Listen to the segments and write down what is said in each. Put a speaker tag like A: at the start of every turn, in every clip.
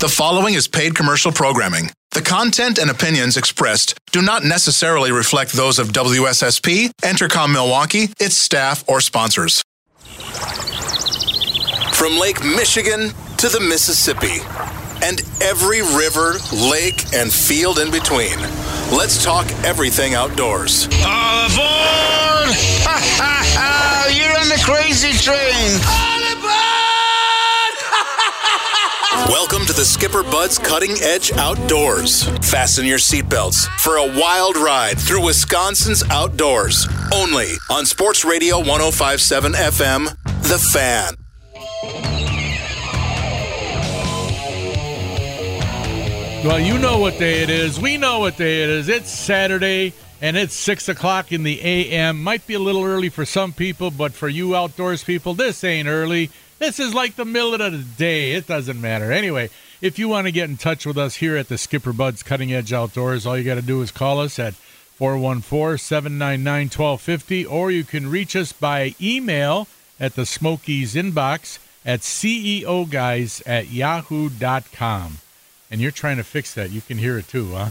A: The following is paid commercial programming. The content and opinions expressed do not necessarily reflect those of WSSP, Entercom Milwaukee, its staff, or sponsors. From Lake Michigan to the Mississippi and every river, lake, and field in between, let's talk everything outdoors.
B: All aboard! Ha ha ha! You're on the crazy train! All aboard!
A: Welcome to the Skipper Bud's Cutting Edge Outdoors. Fasten your seatbelts for a wild ride through Wisconsin's outdoors. Only on Sports Radio 1057 FM, The Fan.
C: Well, you know what day it is. We know what day it is. It's Saturday, and it's 6 o'clock in the a.m. Might be a little early for some people, but for you outdoors people, this ain't early. This is like the middle of the day. It doesn't matter. Anyway, if you want to get in touch with us here at the Skipper Buds Cutting Edge Outdoors, all you got to do is call us at 414 799 1250, or you can reach us by email at the Smokies inbox at ceoguys at yahoo.com and you're trying to fix that. You can hear it too, huh?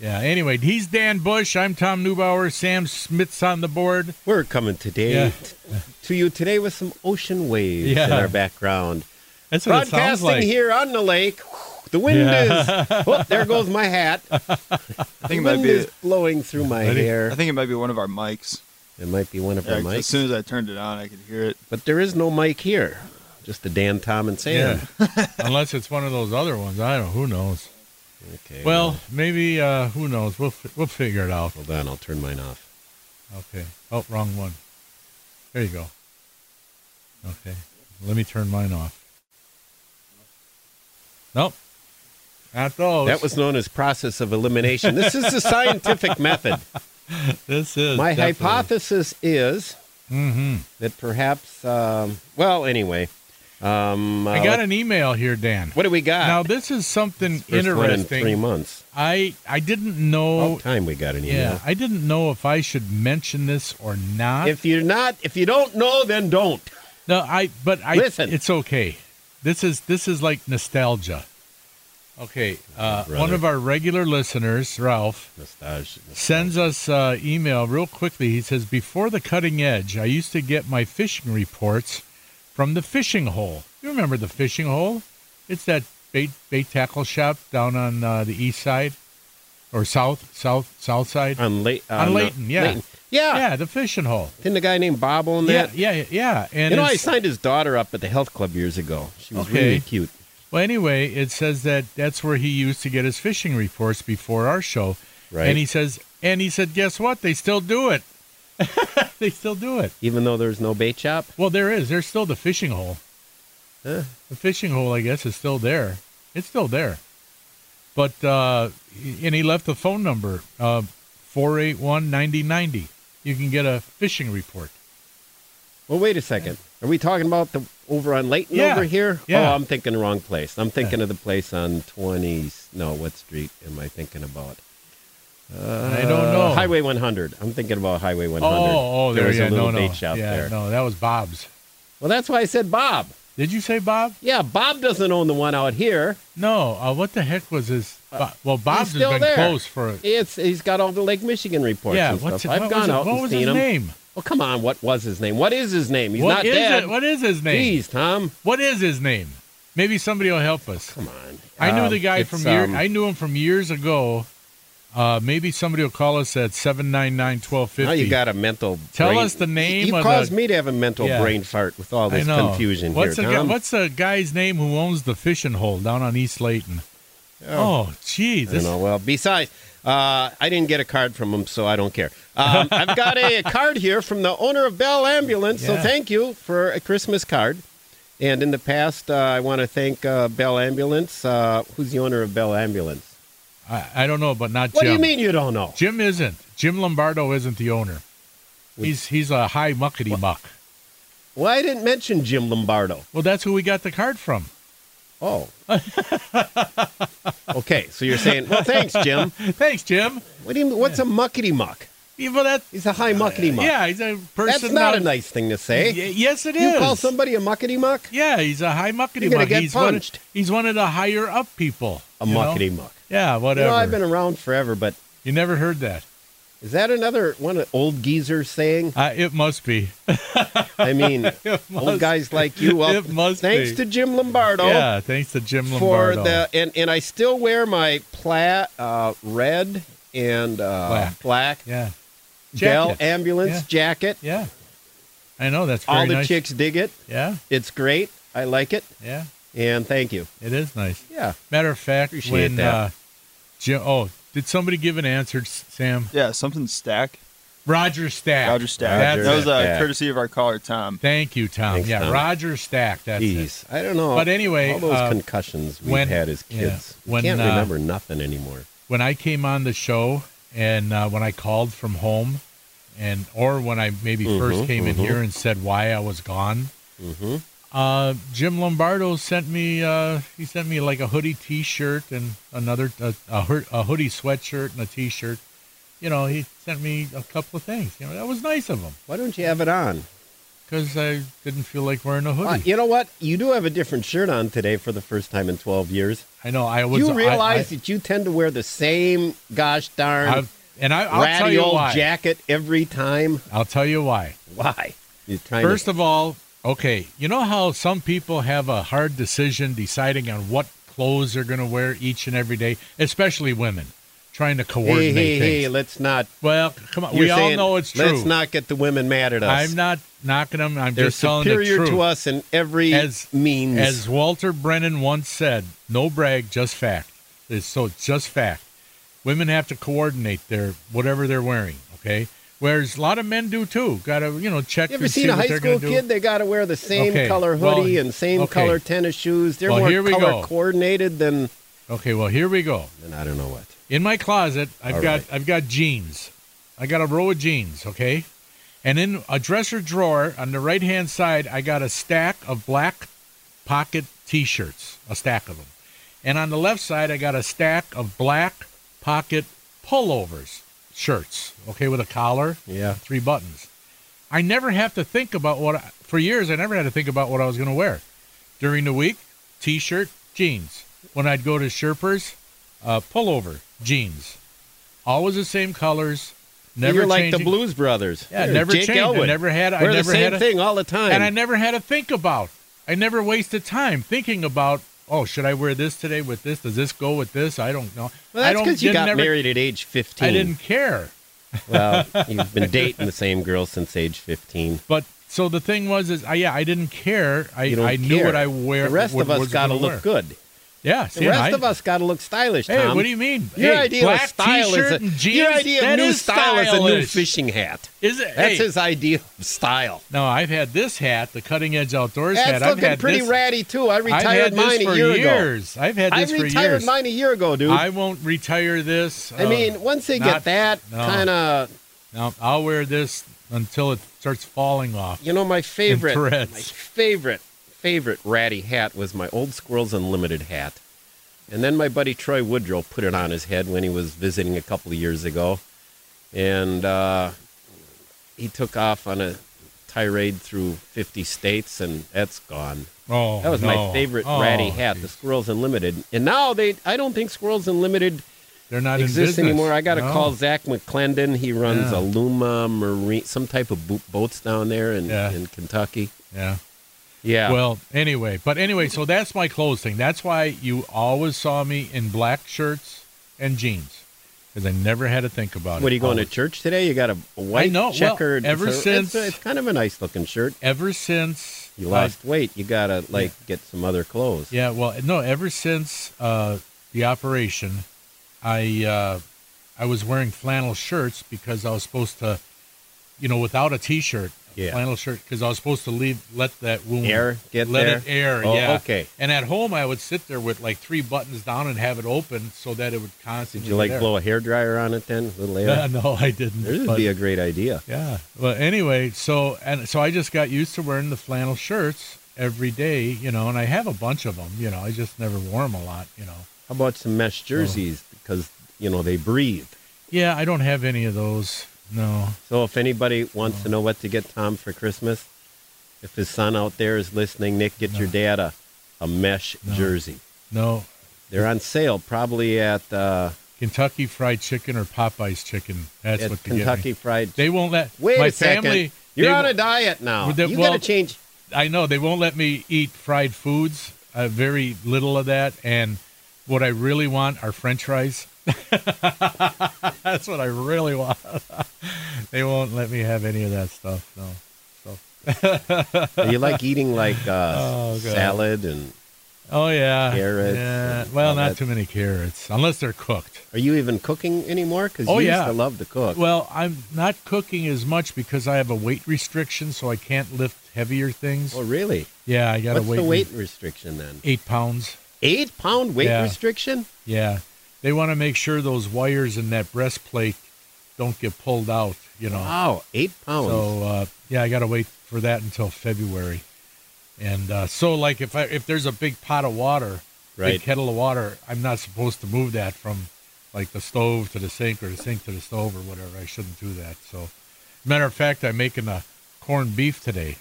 C: Yeah. Anyway, he's Dan Bush. I'm Tom Neubauer. Sam Smith's on the board.
D: We're coming today yeah. t- to you today with some ocean waves yeah. in our background.
C: That's
D: what Broadcasting
C: like.
D: here on the lake. The wind yeah. is. Oh, there goes my hat. I think it might be is blowing through my
E: I
D: think, hair.
E: I think it might be one of our mics.
D: It might be one of our mics.
E: As soon as I turned it on, I could hear it.
D: But there is no mic here just the Dan, Tom, and Sam.
C: Yeah. Unless it's one of those other ones. I don't. Who knows? Okay. Well, well. maybe. Uh, who knows? We'll f- we'll figure it out.
D: Hold on. I'll turn mine off.
C: Okay. Oh, wrong one. There you go. Okay. Let me turn mine off. Nope. Not those.
D: That was known as process of elimination. this is the scientific method.
C: This is
D: my
C: definitely.
D: hypothesis is
C: mm-hmm.
D: that perhaps. Um, well, anyway. Um,
C: uh, I got an email here, Dan.
D: What do we got?
C: Now this is something
D: First
C: interesting.
D: In three months.
C: I I didn't know.
D: About time we got an email.
C: Yeah, I didn't know if I should mention this or not.
D: If you're not, if you don't know, then don't.
C: No, I. But I.
D: Listen,
C: it's okay. This is this is like nostalgia. Okay, uh, one of our regular listeners, Ralph,
D: nostalgia, nostalgia.
C: sends us uh, email real quickly. He says, "Before the cutting edge, I used to get my fishing reports." from the fishing hole. You remember the fishing hole? It's that bait bait tackle shop down on uh, the east side or south south south side
D: on, La-
C: uh, on Layton. Yeah.
D: Layton. Yeah.
C: Yeah, the fishing hole.
D: Didn't the guy named Bob own that?
C: Yeah, yeah, yeah. And
D: you know, I signed his daughter up at the health club years ago. She was
C: okay.
D: really cute.
C: Well, anyway, it says that that's where he used to get his fishing reports before our show.
D: Right.
C: And he says, and he said, guess what? They still do it. they still do it.
D: Even though there's no bait shop?
C: Well, there is. There's still the fishing hole.
D: Huh?
C: The fishing hole, I guess, is still there. It's still there. But, uh, and he left the phone number, uh, 481 9090. You can get a fishing report.
D: Well, wait a second. Are we talking about the over on Layton
C: Yeah.
D: over here?
C: Yeah.
D: Oh, I'm thinking the wrong place. I'm thinking of the place on 20. No, what street am I thinking about?
C: I don't know.
D: Uh, Highway 100. I'm thinking about Highway 100.
C: Oh, oh, there,
D: was
C: yeah,
D: a little
C: no, no.
D: bait shop
C: yeah,
D: there.
C: no, that was Bob's.
D: Well, that's why I said Bob.
C: Did you say Bob?
D: Yeah, Bob doesn't own the one out here.
C: No. Uh, what the heck was his? Bo- well, Bob's
D: Uh, he's still
C: has been
D: there.
C: closed for.
D: It's he's got all the Lake Michigan reports.
C: Yeah.
D: and
C: What's it,
D: stuff. I've
C: what
D: gone
C: was it-
D: out
C: What
D: and
C: was
D: seen
C: his
D: him.
C: name?
D: Oh, come on. What was his name? What is his name? He's
C: What
D: not
C: is
D: dead.
C: it? What is his name?
D: Jeez, Tom.
C: What is his name? Maybe somebody will help us.
D: Come on.
C: I knew
D: Um,
C: the guy
D: it's,
C: from year,
D: um,
C: I knew him from years ago. Uh, maybe somebody will call us at 799-1250.
D: Now you got a mental.
C: Tell
D: brain-
C: us the name
D: You
C: of
D: caused
C: the-
D: me to have a mental
C: Yeah.
D: brain fart with all
C: I
D: this
C: know.
D: confusion
C: what's
D: here,
C: the guy-
D: Tom.
C: what's the guy's name who owns the fishing hole down on East Layton? Oh, jeez.
D: I don't
C: this-
D: know. Well, besides, uh, I didn't get a card from him, so I don't care. Um, I've got a, card here from the owner of Bell Ambulance, so
C: Yeah.
D: thank you for a Christmas card. And in the past, uh, I want to thank uh, Bell Ambulance. Uh, who's the owner of Bell Ambulance?
C: I, I don't know, but not
D: What
C: Jim.
D: do you mean you don't know?
C: Jim isn't. Jim Lombardo isn't the owner. He's he's a high muckety muck.
D: Well, I didn't mention Jim Lombardo.
C: Well, that's who we got the card from.
D: Oh. okay, so you're saying, well, thanks, Jim.
C: Thanks, Jim.
D: What do you, what's a muckety muck?
C: Yeah, but that,
D: He's a high muckety muck.
C: Uh, yeah, he's a person.
D: That's not
C: that-
D: a nice thing to say.
C: Y- yes, it is.
D: you call somebody a muckety muck?
C: Yeah, he's a high muckety
D: You're gonna
C: muck.
D: get
C: He's one,
D: punched.
C: he's one of the higher up people.
D: A
C: you know?
D: muckety muck.
C: Yeah,
D: You
C: whatever.
D: know, I've been around forever, but
C: You never heard that.
D: is that another one of old geezers saying?
C: Uh, it must be.
D: I mean, old
C: must
D: guys like you. Well,
C: It must
D: thanks
C: be.
D: to Jim Lombardo
C: Yeah, thanks to Jim
D: for
C: Lombardo.
D: the and and I still wear my plat uh, red and uh,
C: Black.
D: black,
C: yeah,
D: Bell
C: Jacket.
D: ambulance
C: Yeah.
D: jacket.
C: yeah. I know that's very
D: All the
C: nice.
D: chicks dig it.
C: Yeah,
D: It's great. I like it,
C: yeah.
D: and thank you.
C: It is nice.
D: Yeah,
C: Matter of fact,
D: Appreciate
C: when
D: that.
C: uh, Jim, oh, did somebody give an answer, S- Sam?
E: Yeah, something stack.
C: Roger Stack.
E: Roger Stack.
C: That's
E: that was
C: it.
E: uh,
D: Stack.
E: courtesy of our caller Tom.
C: Thank you, Tom.
D: Thanks,
C: yeah,
D: Tom.
C: Roger Stack. That's it.
D: jeez, I don't know.
C: But anyway,
D: all those
C: uh,
D: concussions we
C: when-
D: had as
C: yeah,
D: kids, we
C: when,
D: can't
C: uh,
D: remember nothing anymore.
C: when I came on the show and uh, when I called from home, and or when I maybe first came in here and said why I was gone, uh, Jim Lombardo sent me uh, he sent me like a hoodie T-shirt and another a, a, hood- a hoodie sweatshirt and a T-shirt. You know, he sent me a couple of things. You know, that was nice of him
D: Why don't you have it on?
C: because I didn't feel like wearing a hoodie.
D: Uh, you know what? You do have a different shirt on today for the first time in 12 years.
C: I know I
D: Do
C: was.
D: you
C: I-
D: realize
C: I,
D: that you tend to wear the same gosh darn
C: I've- and I, I'll tell
D: ratty
C: you
D: old
C: why.
D: jacket every time?
C: I'll tell you why.
D: Why? You're trying
C: First
D: to,
C: of all, okay, you know how some people have a hard decision deciding on what clothes they're going to wear each and every day, especially women, trying to
D: hey,
C: coordinate
D: hey,
C: things.
D: hey, let's not.
C: well, come on,
D: you're
C: we all
D: saying,
C: know it's true.
D: Let's not get the women mad at us.
C: I'm not knocking them. I'm
D: They're
C: just telling the
D: superior
C: truth.
D: to us in every
C: As-
D: means.
C: As Walter Brennan once said, no brag, just fact. It's so it's just fact. Women have to coordinate their whatever they're wearing, okay? Whereas a lot of men do too. Got to, you know, check
D: you ever
C: and see
D: seen a
C: what
D: high
C: they're gonna
D: school
C: do.
D: kid? They got to wear the same
C: Okay,
D: color
C: well,
D: hoodie and same
C: okay.
D: color tennis shoes. They're
C: Well,
D: more
C: here we
D: color
C: go.
D: coordinated than,
C: Okay, well, here we go.
D: than I don't know what.
C: in my closet i've
D: All
C: got
D: right.
C: i've got jeans i got a row of jeans okay and in a dresser drawer on the right hand side i got a stack of black pocket t-shirts a stack of them and on the left side i got a stack of black pocket pullovers shirts okay with a collar
D: Yeah.
C: three buttons i never have to think about what I, for years i never had to think about what i was going to wear during the week t-shirt jeans when i'd go to sherpers uh, pullover jeans always the same colors never
D: You're like the
C: changing.
D: Blues Brothers.
C: Yeah,
D: You're
C: never
D: Jake
C: changed. I
D: Elwood.
C: never had- I
D: Wear
C: never
D: the same
C: had a-
D: thing all the time.
C: and i never had to think about i never wasted time thinking about oh should i wear this today with this does this go with this i don't know
D: well,
C: i
D: that's
C: don't
D: because you
C: didn't
D: got
C: never-
D: married at age 15.
C: i didn't care
D: Well, you've been dating the same girl since age 15.
C: but so the thing was is I, yeah i didn't care i,
D: You don't
C: I knew
D: care.
C: what i wear
D: The rest
C: what
D: of us
C: was
D: got to
C: gonna
D: look
C: wear.
D: good.
C: yeah
D: The
C: see, and
D: rest
C: I-
D: of us got to look stylish,
C: Hey,
D: Tom.
C: what do you mean?
D: Your
C: hey,
D: idea
C: black
D: of style
C: t-shirt
D: is a,
C: and jeans.
D: your idea
C: that
D: of new
C: is
D: style is a new
C: stylish.
D: fishing hat.
C: Is it?
D: That's
C: hey,
D: his idea of style.
C: Now I've had this hat, the cutting edge outdoors
D: That's
C: hat. I've
D: looking
C: had
D: pretty
C: this,
D: ratty too. I
C: I've
D: retired
C: had this
D: mine
C: for
D: a year ago.
C: years. I've had
D: I
C: this for
D: retired
C: years.
D: mine a year ago, dude.
C: I won't retire this.
D: I
C: uh,
D: mean, once they
C: not-
D: get that
C: no.
D: kind of
C: no, I'll wear this until it starts falling off.
D: You know, my favorite, my
C: threads.
D: favorite, favorite ratty hat was my old Squirrels Unlimited hat. And then my buddy Troy Woodrow put it on his head when he was visiting a couple of years ago. And uh, he took off on a tirade through 50 states, and that's gone.
C: Oh,
D: That was my
C: no.
D: favorite
C: Oh,
D: ratty hat, the Squirrels Unlimited. And now they, I don't think Squirrels Unlimited
C: They're not in
D: exists
C: business.
D: anymore. I got to
C: No.
D: call Zach McClendon. He runs
C: Yeah.
D: Aluma Marine, some type of bo- boats down there in,
C: Yeah.
D: in Kentucky.
C: Yeah.
D: Yeah.
C: Well, anyway, but anyway, so that's my clothes thing. That's why you always saw me in black shirts and jeans, because I never had to think about it.
D: what are you going
C: Always.
D: to church today? You got a a white
C: I know. Well,
D: checkered.
C: ever
D: it's a-
C: since-
D: it's, it's kind of a nice looking shirt.
C: Ever since
D: You
C: I-
D: lost weight. You got to like get some other clothes.
C: Yeah, well, no. Ever since uh, the operation, I uh, I was wearing flannel shirts because I was supposed to, you know, without a t-shirt,
D: Yeah.
C: flannel shirt, because I was supposed to leave let that wound
D: Air get
C: let
D: there.
C: it air,
D: Oh,
C: yeah.
D: okay.
C: And at home, I would sit there with like three buttons down and have it open so that it would constantly.
D: Did you like
C: air.
D: blow a hair dryer on it then? little air.
C: Uh, no, I didn't.
D: This would
C: but-
D: be a great idea.
C: yeah. Well, anyway, so and so I just got used to wearing the flannel shirts every day, you know, and I have a bunch of them, you know. I just never wore them a lot, you know. Oh.
D: How about some mesh jerseys because you know they breathe.
C: Yeah, I don't have any of those. No.
D: So if anybody wants to know what to get Tom for Christmas, if his son out there is listening, Nick, get your dad a, a mesh jersey.
C: No.
D: They're on sale probably at uh,
C: Kentucky Fried Chicken or Popeye's Chicken. That's
D: at
C: what they Get me.
D: Kentucky Fried.
C: They won't let
D: Wait
C: my
D: a second.
C: family.
D: You're
C: they
D: on a
C: won't-
D: diet now.
C: Well, that-
D: you
C: well-
D: got to change.
C: I know they won't let me eat fried foods. Uh, very little of that, and what I really want are French fries. That's what I really want. they won't let me have any of that stuff. No.
D: you like eating like uh,
C: Oh, God.
D: salad and
C: Oh yeah,
D: Carrots
C: Yeah.
D: and
C: Well,
D: all
C: not
D: that.
C: too many carrots, unless they're cooked.
D: are you even cooking anymore? Because
C: Oh,
D: you
C: yeah.
D: used to love to cook.
C: Well, I'm not cooking as much because I have a weight restriction, so I can't lift heavier things.
D: oh really?
C: Yeah, I got
D: What's
C: a weight
D: the weight restriction then?
C: eight pounds.
D: Eight pound weight
C: Yeah.
D: restriction?
C: Yeah, they want to make sure those wires in that breastplate don't get pulled out. You know.
D: Wow, eight pounds.
C: Oh. So uh, yeah, I got to wait for that until February. And uh, so, like, if I, if there's a big pot of water,
D: Right.
C: big kettle of water, I'm not supposed to move that from like the stove to the sink or the sink to the stove or whatever. I shouldn't do that. So, matter of fact, I'm making a corned beef today,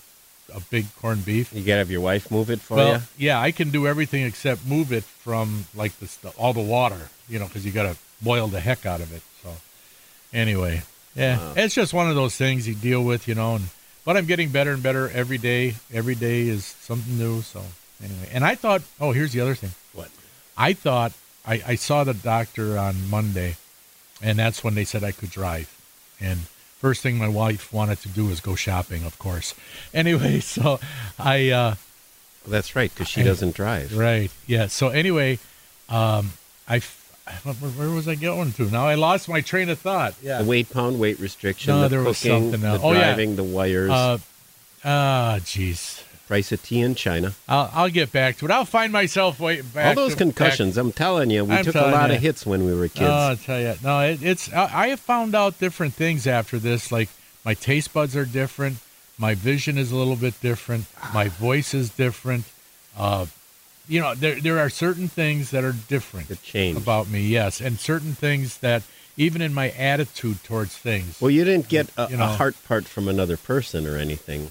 C: a big corned beef.
D: you gotta have your wife move it for
C: well,
D: you.
C: yeah, I can do everything except move it from like the st- all the water, you know, because you got to boil the heck out of it. So, anyway, yeah,
D: Uh-huh.
C: it's just one of those things you deal with, you know. And but I'm getting better and better every day. Every day is something new. So anyway, and I thought, oh, here's the other thing.
D: What?
C: I thought I, I saw the doctor on Monday, and that's when they said I could drive. And first thing my wife wanted to do was go shopping, of course. Anyway, so I. Uh,
D: Well, that's right, because she
C: I-
D: doesn't drive.
C: Right. Yeah. So anyway, um, I, f- I don't remember- where was I going to? Now I lost my train of thought.
D: The
C: Yeah.
D: weight pound weight restriction.
C: No,
D: the
C: there was
D: cooking,
C: something
D: the
C: else. Oh, yeah.
D: driving, the wires,
C: Uh, ah, jeez.
D: price of tea in China.
C: I'll, I'll get back to it. I'll find myself way
D: All
C: back.
D: those
C: to-
D: concussions, I'm telling you, we
C: I'm
D: took a
C: telling
D: lot
C: ya.
D: of hits when we were
C: Back. Oh, I
D: kids.
C: tell you, no, it, it's. I, I have found out different things after this. Like my taste buds are different. My vision is a little bit different. My voice is different. Uh, you know, there there are certain things that are different.
D: The change.
C: about me, yes, and certain things that even in my attitude towards things.
D: well, you didn't get a,
C: You know.
D: a heart part from another person or anything.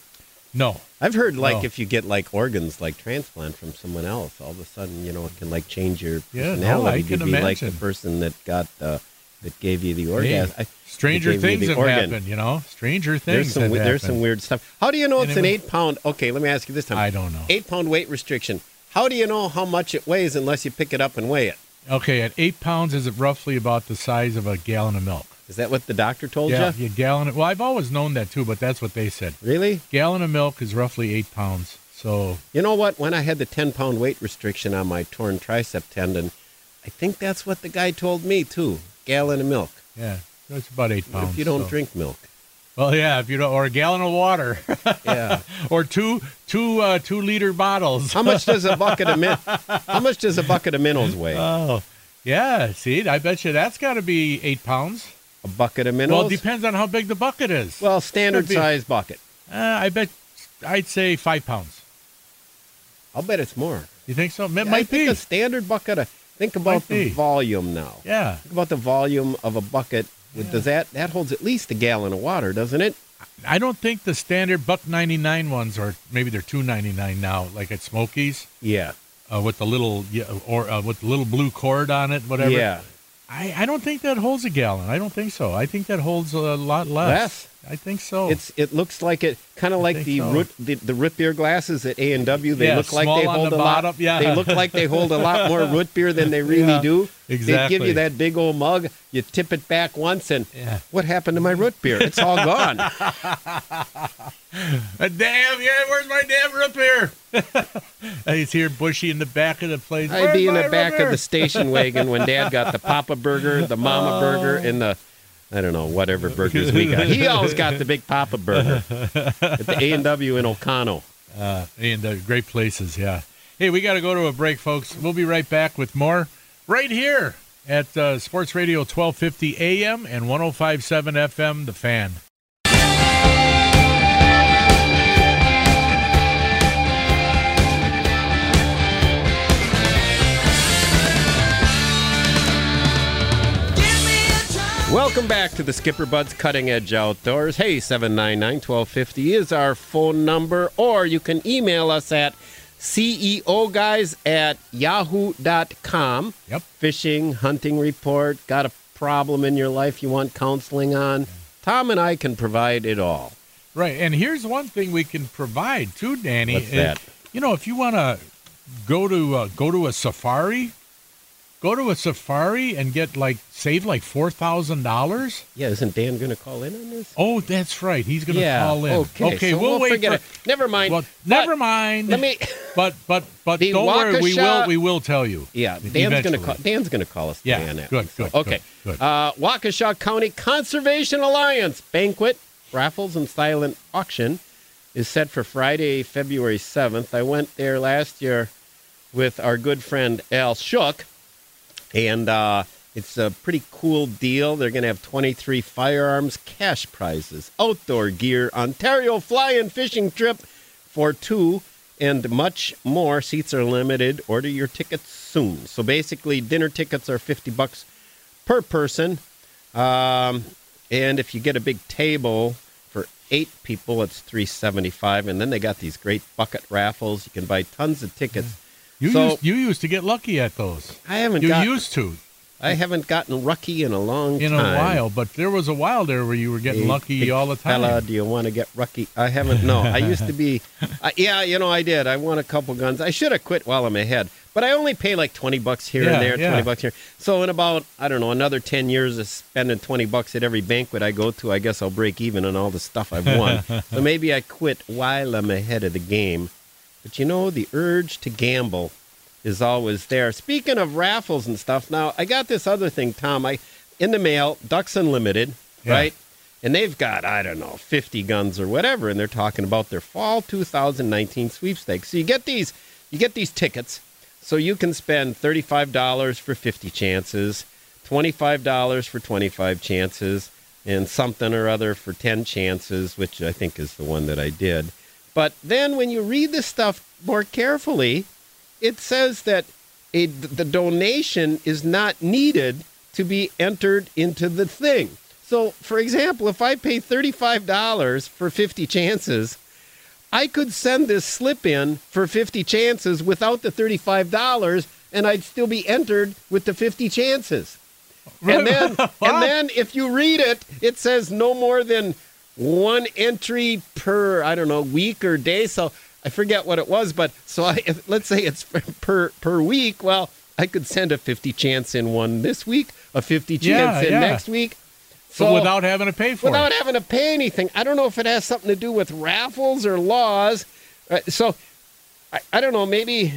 C: no,
D: I've heard like
C: No.
D: if you get like organs like transplant from someone else, all of a sudden you know it can like change your
C: Yeah, no,
D: personality
C: I
D: to
C: can
D: be like the
C: imagine.
D: person that got the that gave you the orgasm. I-
C: stranger
D: that gave
C: things
D: you the
C: have
D: organ.
C: happened. You know, stranger
D: There's
C: things.
D: some
C: have
D: we- there's some
C: happened.
D: weird stuff. How do you know
C: And
D: it's
C: it
D: an
C: was-
D: eight pound? Okay, let me ask you this time.
C: I don't know.
D: Eight pound weight restriction. How do you know how much it weighs unless you pick it up and weigh it?
C: Okay, at eight pounds is roughly about the size of a gallon of milk.
D: Is that what the doctor told
C: yeah,
D: you?
C: yeah, gallon. Of, well, I've always known that too, but that's what they said.
D: Really?
C: Gallon of milk is roughly eight pounds. So
D: You know what? When I had the 10 pound weight restriction on my torn tricep tendon, I think that's what the guy told me too. Gallon of milk.
C: yeah, that's about eight
D: What
C: pounds.
D: if you don't
C: so-
D: drink milk?
C: well, yeah, if you don't, or a gallon of water,
D: Yeah.
C: or two two uh, two liter bottles.
D: How much does a bucket of min- How much does a bucket of minnows weigh?
C: Oh, yeah. See, I bet you that's got to be eight pounds.
D: a bucket of minnows.
C: Well, it depends on how big the bucket is.
D: Well, standard
C: could be.
D: size bucket.
C: uh, I bet I'd say five pounds.
D: I'll bet it's more.
C: You think so? It
D: Yeah, I
C: might
D: think
C: be.
D: a standard bucket of. Think about the
C: be.
D: volume now.
C: Yeah.
D: Think about the volume of a bucket. With- Does that that holds at least a gallon of water, doesn't it?
C: I don't think the standard buck ninety nine ones are maybe they're two ninety nine now, like at Smokies
D: Yeah.
C: uh, with the little yeah, or uh, with the little blue cord on it, whatever.
D: Yeah.
C: I, I don't think that holds a gallon. I don't think so. I think that holds a lot less.
D: Less?
C: I think so.
D: It's it looks like it kind of like
C: Oh. think
D: the,
C: so.
D: root, the the root beer glasses at A and W. They
C: Yeah,
D: look like
C: small
D: they
C: on
D: hold
C: the
D: a
C: bottom,
D: lot.
C: yeah.
D: They look like they hold a lot more root beer than they really
C: Yeah,
D: do. They give
C: exactly.
D: you that big old mug. You tip it back once, and
C: Yeah.
D: what happened to my root beer? It's all gone.
C: Uh, damn, yeah, where's my damn root beer? And He's here, bushy in the back of the place.
D: I'd be in
C: Where's my
D: the back
C: root
D: of
C: beer?
D: the station wagon when Dad got the Papa Burger, the Mama Burger,
C: Oh.
D: and the I don't know whatever burgers we got. He always got the big Papa Burger at the A and W in O'Connell.
C: and uh, great places. Yeah. Hey, we got to go to a break, folks. We'll be right back with more right here at uh, Sports Radio 1250 AM and 1057 FM, The Fan.
D: Welcome back to the Skipper Buds Cutting Edge Outdoors. Hey, 799 1250 is our phone number, or you can email us at CEO guys at yahoo.com.
C: Yep.
D: Fishing, hunting report, got a problem in your life you want counseling on. Tom and I can provide it all.
C: Right, and here's one thing we can provide too, Danny.
D: What's
C: is-
D: that?
C: You know, if you want to go to uh, go to a safari, go to a safari and get like save like four thousand dollars.
D: Yeah, isn't Dan going to call in on this?
C: Oh, that's right. He's going to
D: yeah.
C: call in.
D: Okay, so
C: we'll, wait
D: forget
C: for.
D: it. Never mind.
C: Well,
D: But
C: never mind.
D: Let me.
C: But but but
D: The
C: don't worry. We
D: Waukesha-
C: will we will tell you.
D: Yeah, Dan's
C: Eventually.
D: gonna call. Dan's gonna call us.
C: Yeah,
D: today on that
C: good,
D: one, so-
C: good,
D: Okay.
C: good, good.
D: Uh, Waukesha County Conservation Alliance banquet, raffles, and silent auction is set for Friday, February seventh. I went there last year with our good friend Al Shook, and uh, it's a pretty cool deal. They're gonna have twenty-three firearms, cash prizes, outdoor gear, Ontario fly and fishing trip for two and much more. Seats are limited. Order your tickets soon. So basically, dinner tickets are 50 bucks per person. Um, and if you get a big table for eight people, it's 375 And then they got these great bucket raffles. You can buy tons of tickets.
C: You
D: So-
C: used, you used to get lucky at those.
D: I haven't
C: You
D: got,
C: used to
D: I haven't gotten rucky in a long
C: in
D: time.
C: a while, but there was a while there where you were getting
D: Hey,
C: lucky
D: big
C: all the time.
D: Fella, do you want to get rucky? I haven't. No, I used to be. I, yeah, you know, I did. I won a couple guns. I should have quit while I'm ahead, but I only pay like twenty bucks here
C: Yeah,
D: and there,
C: yeah.
D: twenty bucks here. So in about I don't know another ten years of spending twenty bucks at every banquet I go to, I guess I'll break even on all the stuff I've won. so maybe I quit while I'm ahead of the game. But you know, the urge to gamble is always there. Speaking of raffles and stuff, now I got this other thing, Tom. I in the mail, Ducks Unlimited,
C: Yeah.
D: right? And they've got I don't know, fifty guns or whatever, and they're talking about their fall 2019 sweepstakes. So you get these, you get these tickets, so you can spend thirty-five dollars for fifty chances, twenty-five dollars for twenty-five chances, and something or other for ten chances, which I think is the one that I did. But then when you read this stuff more carefully, it says that a, the donation is not needed to be entered into the thing. So, for example, if I pay $35 for 50 chances, I could send this slip in for 50 chances without the $35 and I'd still be entered with the 50 chances. And then, and then if you read it, it says no more than one entry per I don't know week or day. So I forget what it was, but so I if, let's say it's per per week. Well, I could send a fifty chance in one this week, a fifty
C: Yeah,
D: chance in
C: yeah.
D: next week.
C: So,
D: So, without
C: without having to pay for
D: without
C: it.
D: having to pay anything, I don't know if it has something to do with raffles or laws. Uh, so I, I don't know. Maybe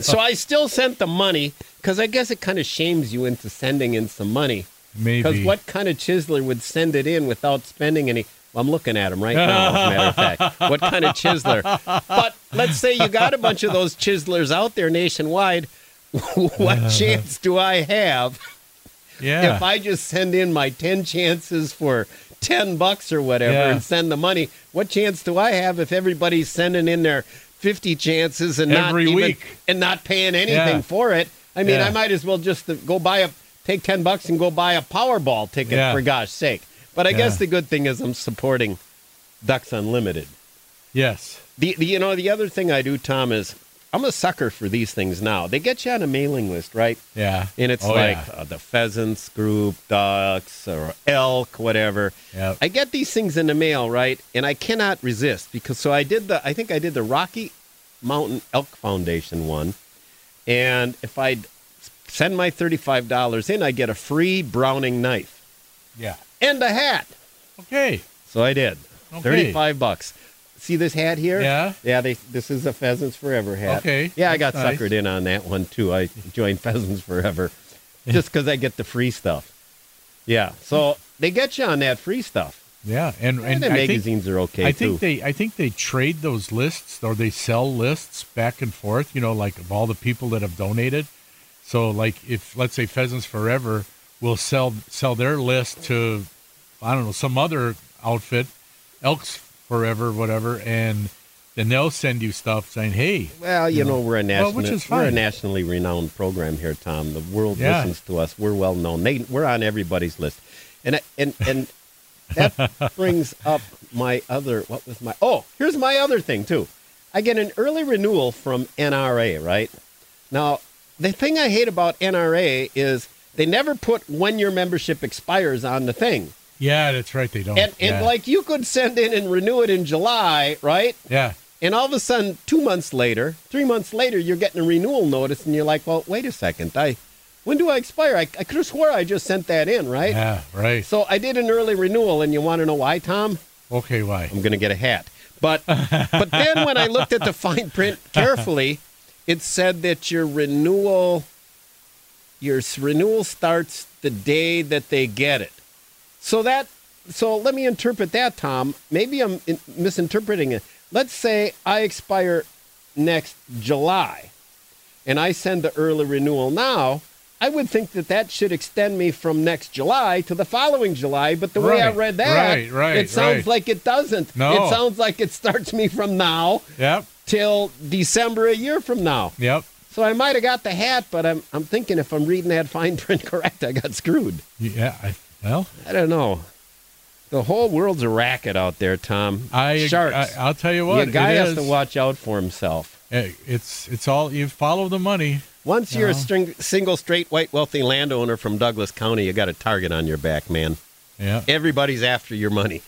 D: so. I still sent the money because I guess it kind of shames you into sending in some money. Because
C: Maybe.
D: what kind of chiseler would send it in without spending any? Well, I'm looking at him right now, as a matter of fact. What kind of chiseler? But let's say you got a bunch of those chiselers out there nationwide. what chance do I have
C: yeah.
D: if I just send in my 10 chances for 10 bucks or whatever
C: Yeah.
D: and send the money? What chance do I have if everybody's sending in their 50 chances and not
C: Every
D: even,
C: week.
D: and not paying anything
C: Yeah.
D: for it? I mean,
C: Yeah.
D: I might as well just go buy a take 10 bucks and go buy a Powerball ticket
C: Yeah.
D: for gosh sake. But I guess
C: Yeah.
D: the good thing is I'm supporting Ducks Unlimited.
C: yes.
D: The, the you know the other thing I do, Tom, is I'm a sucker for these things now. They get you on a mailing list, right?
C: Yeah.
D: And it's
C: Oh,
D: like
C: yeah.
D: uh, the pheasants group, ducks, or elk, whatever.
C: Yep.
D: I get these things in the mail, right? And I cannot resist because so I did the I think I did the Rocky Mountain Elk Foundation one, and if I send my thirty five dollars in, I get a free Browning knife
C: yeah.
D: and a hat.
C: Okay.
D: So I did.
C: Okay.
D: Thirty-five bucks. See this hat here?
C: Yeah.
D: Yeah. They, this is a Pheasants Forever hat.
C: Okay,
D: Yeah, I got
C: that's nice.
D: suckered in on that one too. I joined Pheasants Forever just because I get the free stuff. Yeah. So they get you on that free stuff.
C: Yeah. And
D: And
C: and
D: the
C: I think,
D: magazines are okay
C: I
D: too.
C: think they I think they trade those lists or they sell lists back and forth. You know, like of all the people that have donated. So like if let's say Pheasants Forever will sell sell their list to I don't know some other outfit, Elks Forever, whatever, and then they'll send you stuff saying, "Hey,
D: Well, you know, we're a
C: Well,
D: national,
C: which is
D: we're a
C: fine.
D: nationally renowned program here, Tom. The world
C: Yeah.
D: listens to us. We're well known. They, we're on everybody's list, and I- and and that brings up my other. What was my? Oh, here's my other thing too. I get an early renewal from NRA. Right now, the thing I hate about NRA is they never put when your membership expires on the thing.
C: yeah, that's right, they don't."
D: And
C: Oh, yeah.
D: and like you could send in and renew it in July, right?
C: yeah,
D: And all of a sudden, two months later, three months later, you're getting a renewal notice, and you're like, "Well, wait a second. I, when do I expire? I, I could have swore I just sent that in, right?
C: yeah, right.
D: So I did an early renewal, and you want to know why, Tom?
C: Okay, why?
D: I'm going to get a hat. But but then when I looked at the fine print carefully, it said that your renewal your s- renewal starts the day that they get it. So that so let me interpret that, Tom. Maybe I'm in, misinterpreting it. Let's say I expire next July, and I send the early renewal now. I would think that that should extend me from next July to the following July, but the way I
C: Right,
D: read that,
C: right, right,
D: it sounds
C: right.
D: like it doesn't.
C: No.
D: It sounds like it starts me from now
C: Yep,
D: till December a year from now.
C: yep.
D: So I might have got the hat, but I'm I'm thinking if I'm reading that fine print correct, I got screwed.
C: Yeah, I, well,
D: I don't know. The whole world's a racket out there, Tom.
C: I,
D: Sharks.
C: I will tell you what,
D: the guy
C: it
D: has
C: is-
D: to watch out for himself.
C: Hey, Eh, It's it's all you follow the money.
D: Once you're a
C: No.
D: string, single, straight, white, wealthy landowner from Douglas County, you got a target on your back, man.
C: Yeah,
D: Everybody's after your money.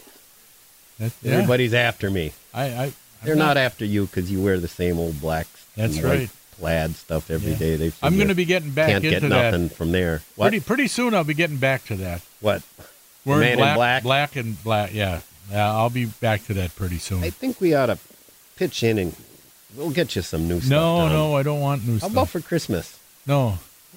C: that, yeah.
D: Everybody's after me.
C: I, I I'm
D: They're not after you because you wear the same old black
C: That's
D: and white
C: right.
D: plaid stuff every
C: Yeah.
D: day. They
C: I'm
D: figure
C: going to be getting back
D: can't
C: into
D: get
C: that.
D: nothing from there. What?
C: Pretty pretty soon, I'll be getting back to that.
D: what?
C: We're
D: Man in
C: black,
D: black?
C: and black. Yeah, yeah. I'll be back to that pretty soon.
D: I think we ought to pitch in and we'll get you some new stuff.
C: no,
D: Tom.
C: no, I don't want new
D: How
C: stuff.
D: about for Christmas?
C: no,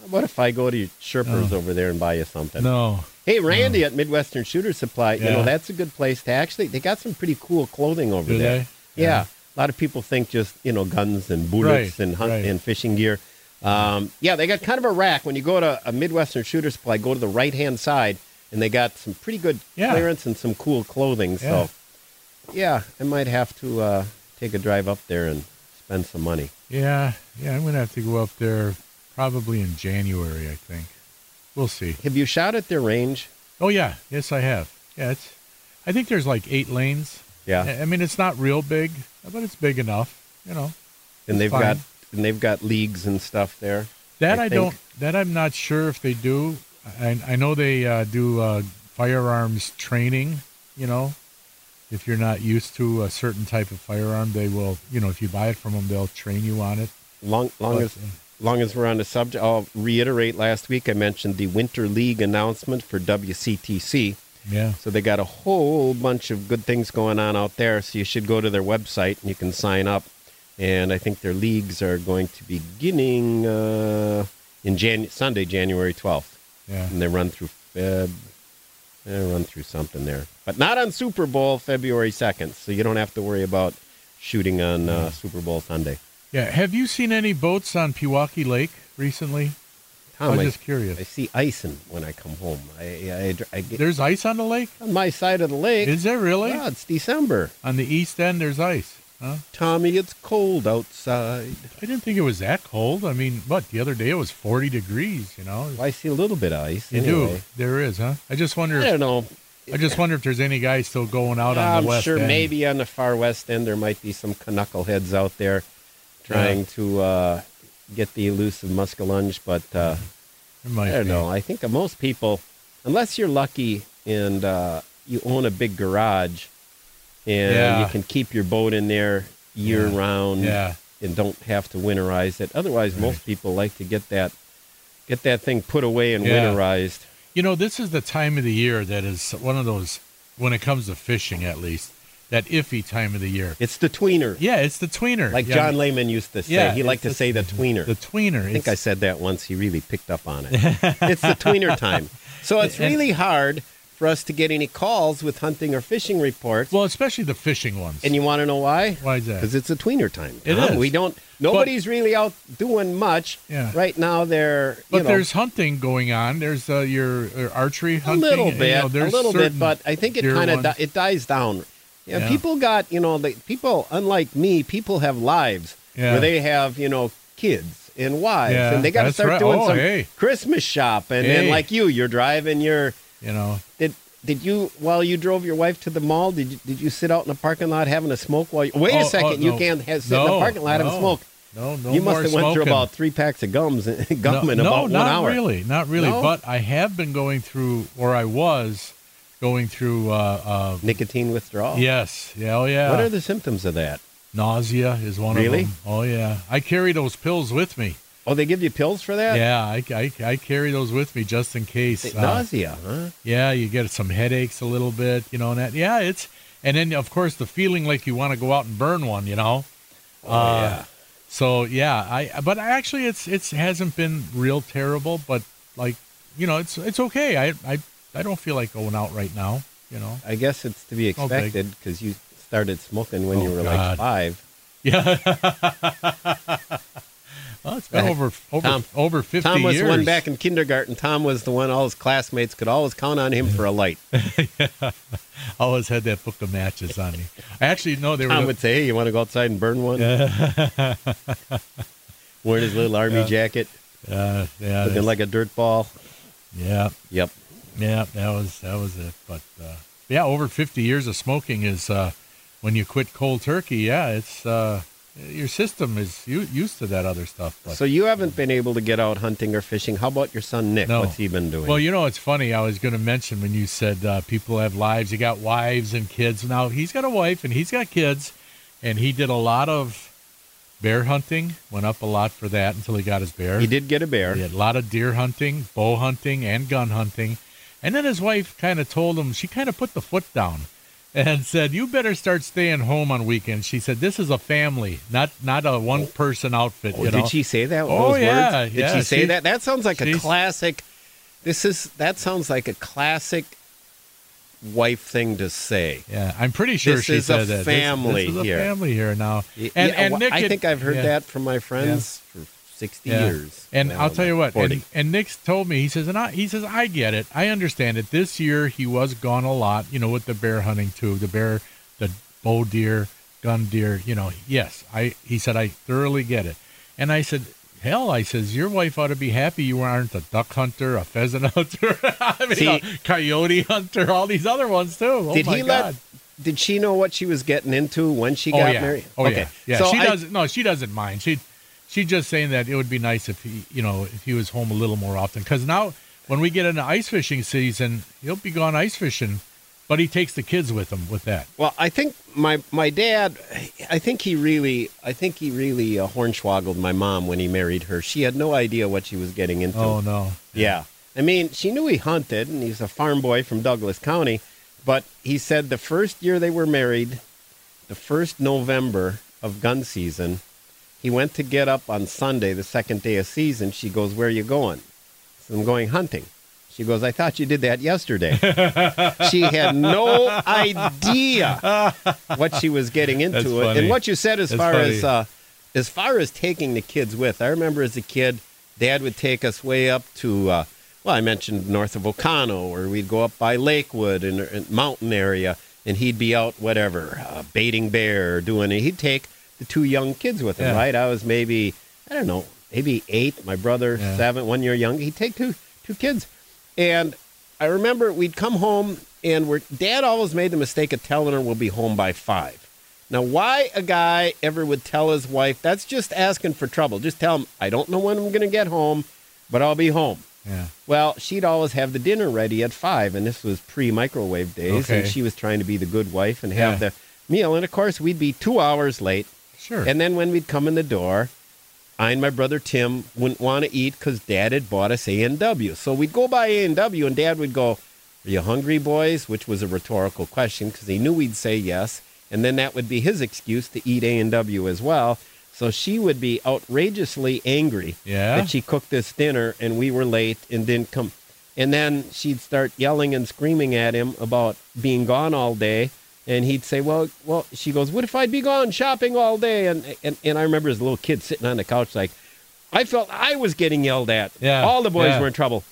D: How about if I go to your Sherpers over there and buy you something?
C: Oh. no.
D: Hey, Randy at Midwestern Shooter Supply, you
C: Yeah.
D: know, that's a good place to actually, they got some pretty cool clothing over
C: Do
D: there.
C: they?
D: Yeah.
C: Yeah.
D: A lot of people think just, you know, guns and
C: Right,
D: bullets and hunt
C: right.
D: and fishing gear. Um, yeah, they got kind of a rack. When you go to a Midwestern Shooter Supply, go to the right hand side, and they got some pretty good
C: Yeah.
D: clearance and some cool clothing. So, yeah, I might have to uh, take a drive up there and spend some money.
C: Yeah, yeah. I'm going to have to go up there probably in January. I think we'll see.
D: Have you shot at their range?
C: Oh yeah, yes, I have. Yeah, it's. I think there's like eight lanes.
D: Yeah.
C: I I mean, it's not real big, but it's big enough. You know.
D: and they've
C: fine.
D: got and they've got leagues and stuff there.
C: That
D: I
C: I,
D: think-
C: don't. That I'm not sure if they do. I, I know they uh, do uh, firearms training. You know, if you're not used to a certain type of firearm, they will. You know, if you buy it from them, they'll train you on it.
D: Long, long
C: But, uh,
D: as long as we're on the subject, I'll reiterate. Last week I mentioned the Winter League announcement for WCTC.
C: Yeah.
D: So they got a whole bunch of good things going on out there. So you should go to their website and you can sign up. And I think their leagues are going to be beginning uh, in Jan- Sunday, January twelfth.
C: Yeah.
D: and they run through Feb. They run through something there, but not on Super Bowl February second. So you don't have to worry about shooting on uh, Super Bowl Sunday.
C: Yeah. Have you seen any boats on Pewaukee Lake recently?
D: Tom,
C: I'm
D: I,
C: just curious.
D: I see icing when I come home. I, I, I get
C: There's ice on the lake.
D: on my side of the lake.
C: Is there really?
D: Yeah, it's December,
C: On the east end, there's ice. Huh?
D: Tommy. It's cold outside.
C: I didn't think it was that cold. I mean, but the other day it was 40 degrees. You know.
D: Well, I see a little bit of ice.
C: You do.
D: anyway.
C: There is, huh? I just wonder.
D: I don't know.
C: I just wonder if there's any guys still going out on
D: I'm
C: the west
D: sure
C: end.
D: maybe on the far west end there might be some knuckleheads out there trying to uh, get the elusive muskellunge, but uh,
C: It might
D: I don't
C: be.
D: know. I think most people, unless you're lucky and uh, you own a big garage and
C: Yeah.
D: you can keep your boat in there year
C: Yeah.
D: round
C: Yeah,
D: and don't have to winterize it. Otherwise, most
C: Right.
D: people like to get that get that thing put away and
C: Yeah.
D: winterized.
C: you know, this is the time of the year that is one of those when it comes to fishing, at least that iffy time of the year.
D: It's the tweener,
C: Yeah, it's the tweener.
D: like
C: Yeah,
D: John Lehman used to say.
C: Yeah,
D: he liked to
C: it's
D: say the tweener.
C: the tweener.
D: I think I said that once. He really picked up on it. it's the tweener time. So it's
C: And-
D: really hard for us to get any calls with hunting or fishing reports.
C: well, especially the fishing ones.
D: and you want to know why?
C: Why is that?
D: Because it's a tweener time.
C: It
D: Tom.
C: is.
D: We don't. Nobody's really out doing much
C: Yeah.
D: right now. They're you
C: but
D: know
C: there's hunting going on. There's uh, your, your archery
D: a
C: hunting.
D: little
C: and,
D: bit,
C: you know,
D: a
C: there's
D: little
C: certain
D: bit, but I think it
C: deer
D: kind of
C: ones.
D: di- it dies down. Yeah,
C: Yeah.
D: people got you know they, people unlike me. People have lives
C: Yeah.
D: where they have you know kids and wives,
C: Yeah,
D: and they got to
C: that's
D: start
C: right.
D: doing
C: Oh,
D: some
C: hey.
D: Christmas shop. And then
C: Hey.
D: like you, you're driving your
C: You know,
D: did did you while you drove your wife to the mall? Did you, did you sit out in the parking lot having a smoke while you wait
C: Oh,
D: a
C: oh,
D: second? you
C: no.
D: can't have, sit in
C: No,
D: the parking lot and
C: no.
D: smoke.
C: no, no
D: you
C: more
D: must have went
C: smoking.
D: through about three packs of gums and gum
C: no,
D: in
C: no,
D: about one
C: not
D: hour.
C: really, not really.
D: No?
C: But I have been going through, or I was going through. Uh,
D: Nicotine withdrawal.
C: uh, yes, yeah, oh yeah.
D: What are the symptoms of that?
C: Nausea is one
D: Really?
C: of them. Oh yeah, I carry those pills with me.
D: Oh, they give you pills for that?
C: Yeah, I, I, I carry those with me just in case. Uh,
D: Nausea, huh?
C: yeah, you get some headaches a little bit, you know, and that. Yeah, it's and then of course the feeling like you want to go out and burn one, you know.
D: Oh,
C: uh,
D: yeah.
C: So yeah, I but actually it's it's hasn't been real terrible, but like you know it's it's okay. I I I don't feel like going out right now. You know.
D: I guess it's to be
C: Oh, big.
D: expected because you started smoking when you
C: Oh,
D: were
C: God.
D: like five.
C: Yeah. well, it's been
D: Back-
C: over over
D: Tom-
C: over fifty
D: Tom was
C: years.
D: the one back in kindergarten. Tom was the one all his classmates could always count on him for a light.
C: I always had that book of matches on me. I actually know they were.
D: Tom would say, "Hey, you want to go outside and burn one?" Wearing his little army jacket,
C: uh, yeah,
D: looking
C: that's-
D: like a dirt ball.
C: yeah,
D: Yep.
C: yeah. That was that was it. But uh, yeah, over fifty years of smoking is uh, when you quit cold turkey. Yeah, it's uh, your system is u- used to that other stuff. But
D: So you haven't been able to get out hunting or fishing. How about your son Nick?
C: No.
D: What's he been doing?
C: Well, you know, it's funny. I was going to mention when you said uh, people have lives. You got wives and kids. Now he's got a wife and he's got kids, and he did a lot of bear hunting. Went up a lot for that until he got his bear.
D: he did get a bear.
C: He had a lot of deer hunting, bow hunting, and gun hunting. And then his wife kind of told him she kind of put the foot down and said, "You better start staying home on weekends." She said, "This is a family, not not a one person outfit."
D: Oh,
C: you know?
D: Did she say that? with
C: Oh,
D: those
C: yeah,
D: Words? Did
C: yeah,
D: she say
C: she-
D: that? That sounds like a
C: she's-
D: classic. This is that sounds like a classic wife thing to say.
C: Yeah, I'm pretty sure
D: This
C: she
D: is a
C: said that. This-
D: family
C: this, is a
D: here.
C: family here now.
D: Y-
C: And,
D: yeah,
C: and
D: well,
C: Nick
D: I
C: had-
D: think I've heard
C: yeah,
D: that from my friends for sixty
C: yeah.
D: years.
C: And
D: Well,
C: I'll tell you what. And,
D: forty.
C: and Nick's told me he says, and I, he says, I get it. I understand it. This year he was gone a lot. You know, with the bear hunting too, the bear, the bow deer, gun deer. You know, yes, I. He said I thoroughly get it. And I said. Hell, I says your wife ought to be happy you aren't a duck hunter, a pheasant hunter, I mean,
D: See-
C: a coyote hunter, all these other ones too. Oh
D: did
C: my
D: he
C: God.
D: let? Did she know what she was getting into when she got
C: yeah.
D: married?
C: Oh
D: okay.
C: yeah, yeah.
D: So
C: she
D: I-
C: doesn't. No, she doesn't mind. She, she's just saying that it would be nice if he, you know, if he was home a little more often. Because now, when we get into ice fishing season, he'll be gone ice fishing, but he takes the kids with him with that.
D: Well, I think my my dad, I think he really, I think he really uh, hornswoggled my mom when he married her. She had no idea what she was getting into.
C: Oh no.
D: Yeah. I mean, she knew he hunted and he's a farm boy from Douglas County, but he said the first year they were married, the first November of gun season, he went to get up on Sunday, the second day of season. She goes, Where are you going? So I'm going hunting. She goes, I thought you did that yesterday. she had no idea what she was getting into.
C: That's
D: it.
C: funny.
D: And what you said as
C: That's
D: far
C: funny.
D: as uh, as far as taking the kids with, I remember as a kid, Dad would take us way up to, uh, well, I mentioned north of Ocano, or we'd go up by Lakewood and, and mountain area, and he'd be out whatever uh, baiting bear or doing it. He'd take the two young kids with him,
C: Yeah.
D: right? I was maybe I don't know, maybe eight. My brother
C: Yeah.
D: seven, one year young. He'd take two two kids, and I remember we'd come home and we're, Dad always made the mistake of telling her we'll be home by five. Now, why a guy ever would tell his wife that's just asking for trouble. Just tell him, I don't know when I'm going to get home, but I'll be home.
C: Yeah.
D: Well, she'd always have the dinner ready at five, and this was pre microwave days, and
C: Okay.
D: she was trying to be the good wife and have
C: Yeah.
D: the meal. And of course, we'd be two hours late.
C: Sure.
D: And then when we'd come in the door, I and my brother Tim wouldn't want to eat because Dad had bought us A and W. So we'd go by A and W, and Dad would go, "Are you hungry, boys?" Which was a rhetorical question because he knew we'd say yes, and then that would be his excuse to eat A and W as well. So she would be outrageously angry
C: Yeah.
D: that she cooked this dinner and we were late and didn't come. And then she'd start yelling and screaming at him about being gone all day. And he'd say, Well, well, she goes, What if I'd be gone shopping all day? And, and, and I remember as a little kid sitting on the couch, like, I felt I was getting yelled at.
C: Yeah,
D: All the boys
C: yeah.
D: were in trouble.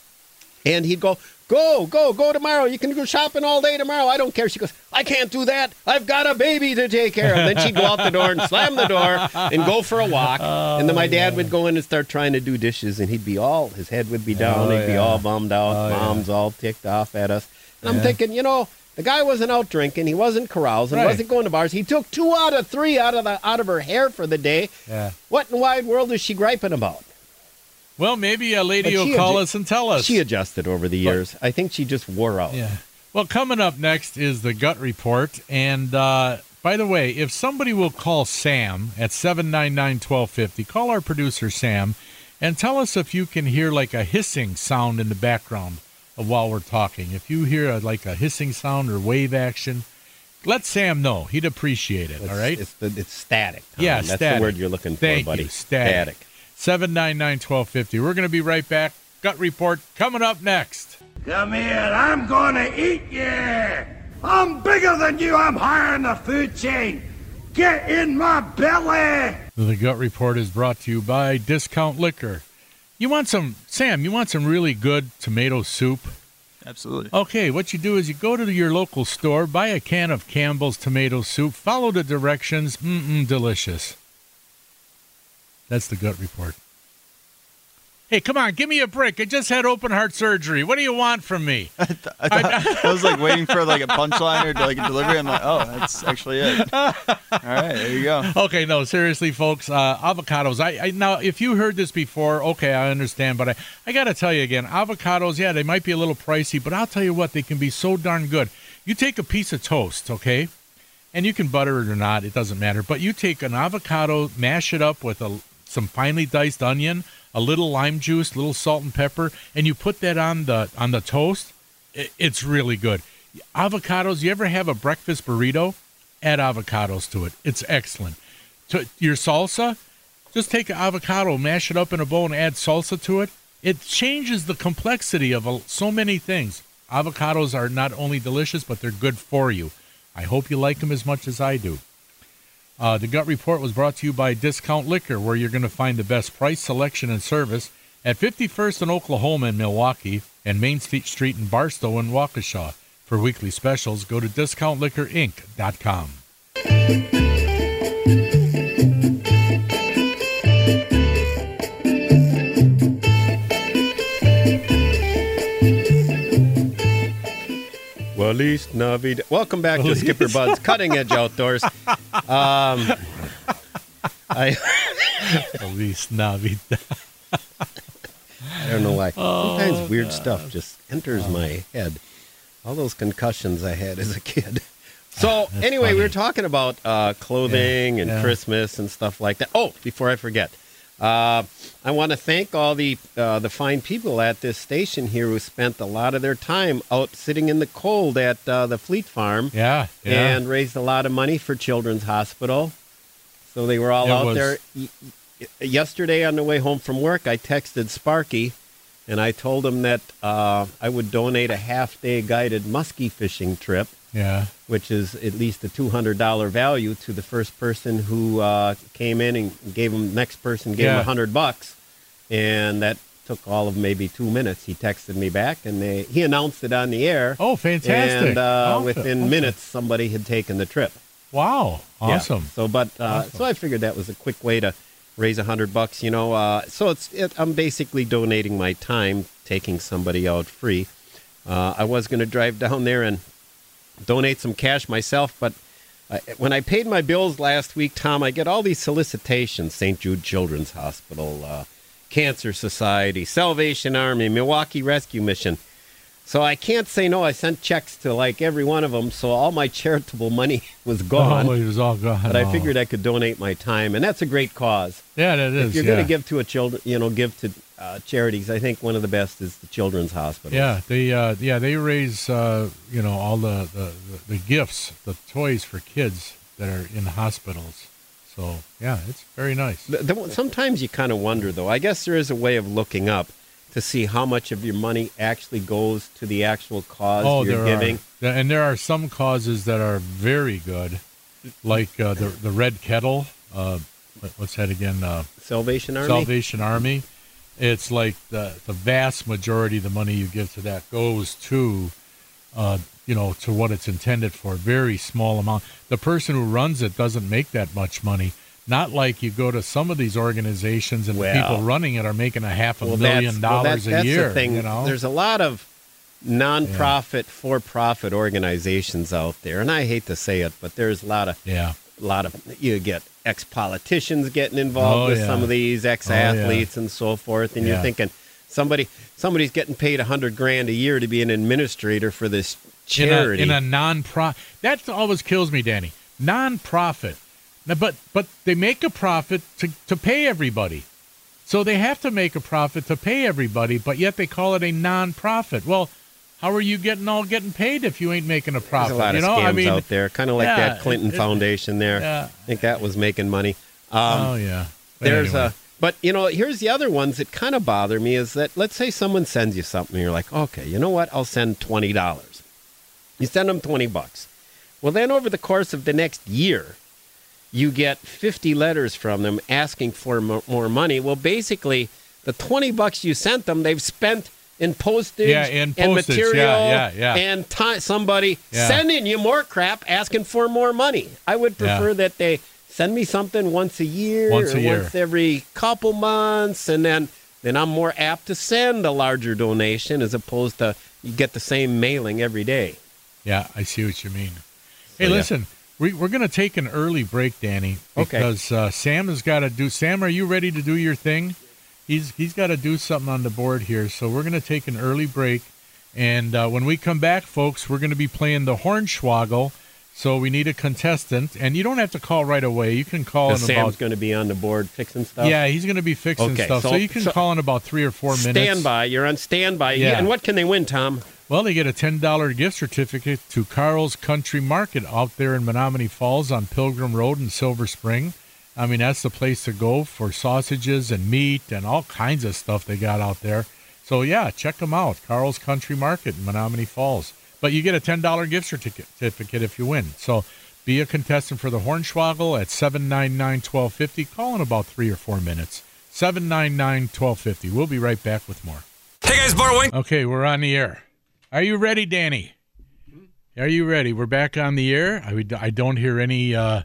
D: And he'd go, Go, go, go tomorrow. You can go shopping all day tomorrow. I don't care. She goes, I can't do that. I've got a baby to take care of. Then she'd go out the door and slam the door and go for a walk. and then
C: Oh,
D: my dad would go in and start trying to do dishes, and he'd be all, his head would be down.
C: Oh,
D: he'd be
C: yeah.
D: all bummed out. Mom's all ticked off at us. And I'm thinking, you know, the guy wasn't out drinking. He wasn't carousing.
C: Right.
D: wasn't going to bars. He took two out of three out of, the, out of her hair for the day.
C: Yeah.
D: What in wide world is she griping about?
C: Well, maybe a lady
D: But
C: will
D: she
C: call
D: adju-
C: us and tell us.
D: She adjusted over the years. I think she just wore out.
C: Yeah. Well, coming up next is the gut report. And uh, by the way, if somebody will call Sam at 799 1250, call our producer, Sam, and tell us if you can hear like a hissing sound in the background of while we're talking. If you hear uh like a hissing sound or wave action, let Sam know. He'd appreciate it.
D: It's,
C: all right?
D: It's, the, it's static. Tom.
C: Yeah,
D: That's
C: static.
D: the word you're looking for,
C: Thank
D: buddy.
C: you. Static. 799 1250. We're going to be right back. Gut report coming up next.
F: Come here, I'm gonna eat you! I'm bigger than you, I'm higher in the food chain! Get in my belly!
C: The Gut Report is brought to you by Discount Liquor. You want some, Sam, you want some really good tomato soup?
E: Absolutely.
C: Okay, what you do is you go to your local store, buy a can of Campbell's tomato soup, follow the directions. Mm-mm, delicious. That's the Gut Report. Hey, come on, give me a break. I just had open heart surgery. What do you want from me?
E: I, thought, I was like waiting for like a punchline or like a delivery. I'm like, oh, that's actually it. All right, there you go.
C: Okay, no, seriously, folks. Uh, avocados. I, I now, if you heard this before, okay, I understand, but I, I got to tell you again, avocados. Yeah, they might be a little pricey, but I'll tell you what, they can be so darn good. You take a piece of toast, okay, and you can butter it or not, it doesn't matter. But you take an avocado, mash it up with a some finely diced onion, a little lime juice, a little salt and pepper, and you put that on the on the toast. It, it's really good. Avocados. You ever have a breakfast burrito? Add avocados to it. It's excellent to your salsa, just take an avocado, mash it up in a bowl, and add salsa to it. It changes the complexity of a, so many things. Avocados are not only delicious, but they're good for you. I hope you like them as much as I do. Uh, the Gut Report was brought to you by Discount Liquor, where you're going to find the best price, selection, and service at 51st and Oklahoma in Milwaukee and Main Street Street in Barstow and Waukesha. For weekly specials, go to discountliquorinc.com.
D: Feliz Navidad. Welcome back to Skipper Bud's Cutting Edge Outdoors. Um, I,
C: Feliz Navidad.
D: I don't know why. Sometimes weird stuff just enters my head. All those concussions I had as a kid. So anyway, we were talking about uh, clothing and
C: yeah.
D: Christmas and stuff like that. Oh, before I forget, uh, I want to thank all the uh, the fine people at this station here who spent a lot of their time out sitting in the cold at uh, the Fleet Farm
C: Yeah. yeah.
D: and raised a lot of money for Children's Hospital. So they were all
C: It
D: out
C: was-
D: there. Y- y- Yesterday on the way home from work, I texted Sparky and I told him that uh, I would donate a half day guided muskie fishing trip,
C: Yeah.
D: which is at least a $200 value to the first person who uh, came in and gave him, next person gave him
C: Yeah.
D: a 100 bucks. And that took all of maybe two minutes. He texted me back and they, he announced it on the air.
C: Oh, fantastic.
D: And uh,
C: Awesome.
D: within
C: Awesome.
D: minutes, somebody had taken the trip.
C: Wow.
D: Yeah.
C: Awesome.
D: So, but uh, so I figured that was a quick way to raise a hundred bucks. You know, uh, so it's it, I'm basically donating my time, taking somebody out free. Uh, I was going to drive down there and donate some cash myself, but uh, when I paid my bills last week, Tom, I get all these solicitations: St. Jude Children's Hospital, uh, Cancer Society, Salvation Army, Milwaukee Rescue Mission. So I can't say no. I sent checks to like every one of them, so all my charitable money was gone
C: Oh, it was all gone.
D: but
C: Oh.
D: I figured I could donate my time, and that's a great cause.
C: Yeah, that is.
D: If you're
C: yeah.
D: going to give to a children, you know, give to uh, charities. I think one of the best is the Children's Hospital.
C: Yeah, they uh, yeah they raise uh, you know all the, the, the, the gifts, the toys for kids that are in hospitals. So yeah, it's very nice.
D: The- the- sometimes you kind of wonder, though. I guess there is a way of looking up to see how much of your money actually goes to the actual cause
C: Oh,
D: you're
C: there
D: giving.
C: are There- and there are some causes that are very good, like uh, the the red kettle. Uh, what- what's that again? Uh,
D: Salvation Army.
C: Salvation Army. it's like the, the vast majority of the money you give to that goes to, uh, you know, to what it's intended for. Very small amount. The person who runs it doesn't make that much money. Not like you go to some of these organizations and the people
D: Well-
C: running it are making a half a
D: Well,
C: million
D: that's- well, that-
C: dollars
D: that's
C: a year.
D: The thing.
C: You know,
D: There's a lot of nonprofit, for-profit organizations out there, and I hate to say it, but there's a lot of
C: yeah,
D: lot of you get ex politicians getting involved
C: Oh,
D: with
C: yeah.
D: some of these ex athletes and so forth, and
C: Yeah.
D: you're thinking somebody somebody's getting paid a hundred grand a year to be an administrator for this
C: in a,
D: charity.
C: in a non-profit. That always kills me, Danny. Non-profit, Now, but but they make a profit to to pay everybody, so they have to make a profit to pay everybody. But yet they call it a non-profit. Well, how are you getting all getting paid if you ain't making a
D: There's
C: profit?
D: a lot
C: you
D: of
C: know,
D: scams
C: I mean,
D: out there, kind of like
C: yeah,
D: that Clinton
C: it- it-
D: Foundation there.
C: yeah.
D: I think that was making money. Um,
C: oh yeah. But
D: there's
C: anyway.
D: a but you know here's the other ones that kind of bother me is that let's say someone sends you something and you're like okay you know what i'll send $20 you send them 20 bucks well then over the course of the next year you get 50 letters from them asking for mo- more money well basically the 20 bucks you sent them they've spent in postage
C: Yeah, in
D: and
C: postage. Yeah,
D: material
C: yeah, yeah.
D: and time somebody
C: Yeah.
D: sending you more crap asking for more money i would
C: Yeah.
D: prefer that they send me something once a year
C: Once a
D: or
C: year.
D: once every couple months, and then then I'm more apt to send a larger donation as opposed to you get the same mailing every day.
C: Yeah, I see what you mean. Hey,
D: So, yeah.
C: listen, we, we're going to take an early break, Danny,
D: Okay.
C: because uh, Sam has got to do. Sam, are you ready to do your thing? He's he's got to do something on the board here, so we're going to take an early break, and uh, when we come back, folks, we're going to be playing the Hornswoggle. So we need a contestant, and you don't have to call right away. You can call in
D: 'Cause Sam's
C: Oh, about
D: going to be on the board fixing stuff.
C: yeah, he's going to be fixing
D: Okay,
C: stuff, so,
D: so-
C: you can
D: so-
C: call in about three or four minutes.
D: Standby. You're on standby.
C: Yeah.
D: And what can they win, Tom?
C: Well, they get a $10 gift certificate to Carl's Country Market out there in Menominee Falls on Pilgrim Road in Silver Spring. I mean, that's the place to go for sausages and meat and all kinds of stuff they got out there. So, yeah, check them out. Carl's Country Market in Menominee Falls. But you get a $10 gift certificate certificate if you win. So be a contestant for the Hornswoggle at 799 1250. Call in about three or four minutes. 799 1250. We'll be right back with more.
G: Hey guys, Bar Wing.
C: Okay, we're on the air. Are you ready, Danny? Are you ready? We're back on the air. I, would- I don't hear any uh,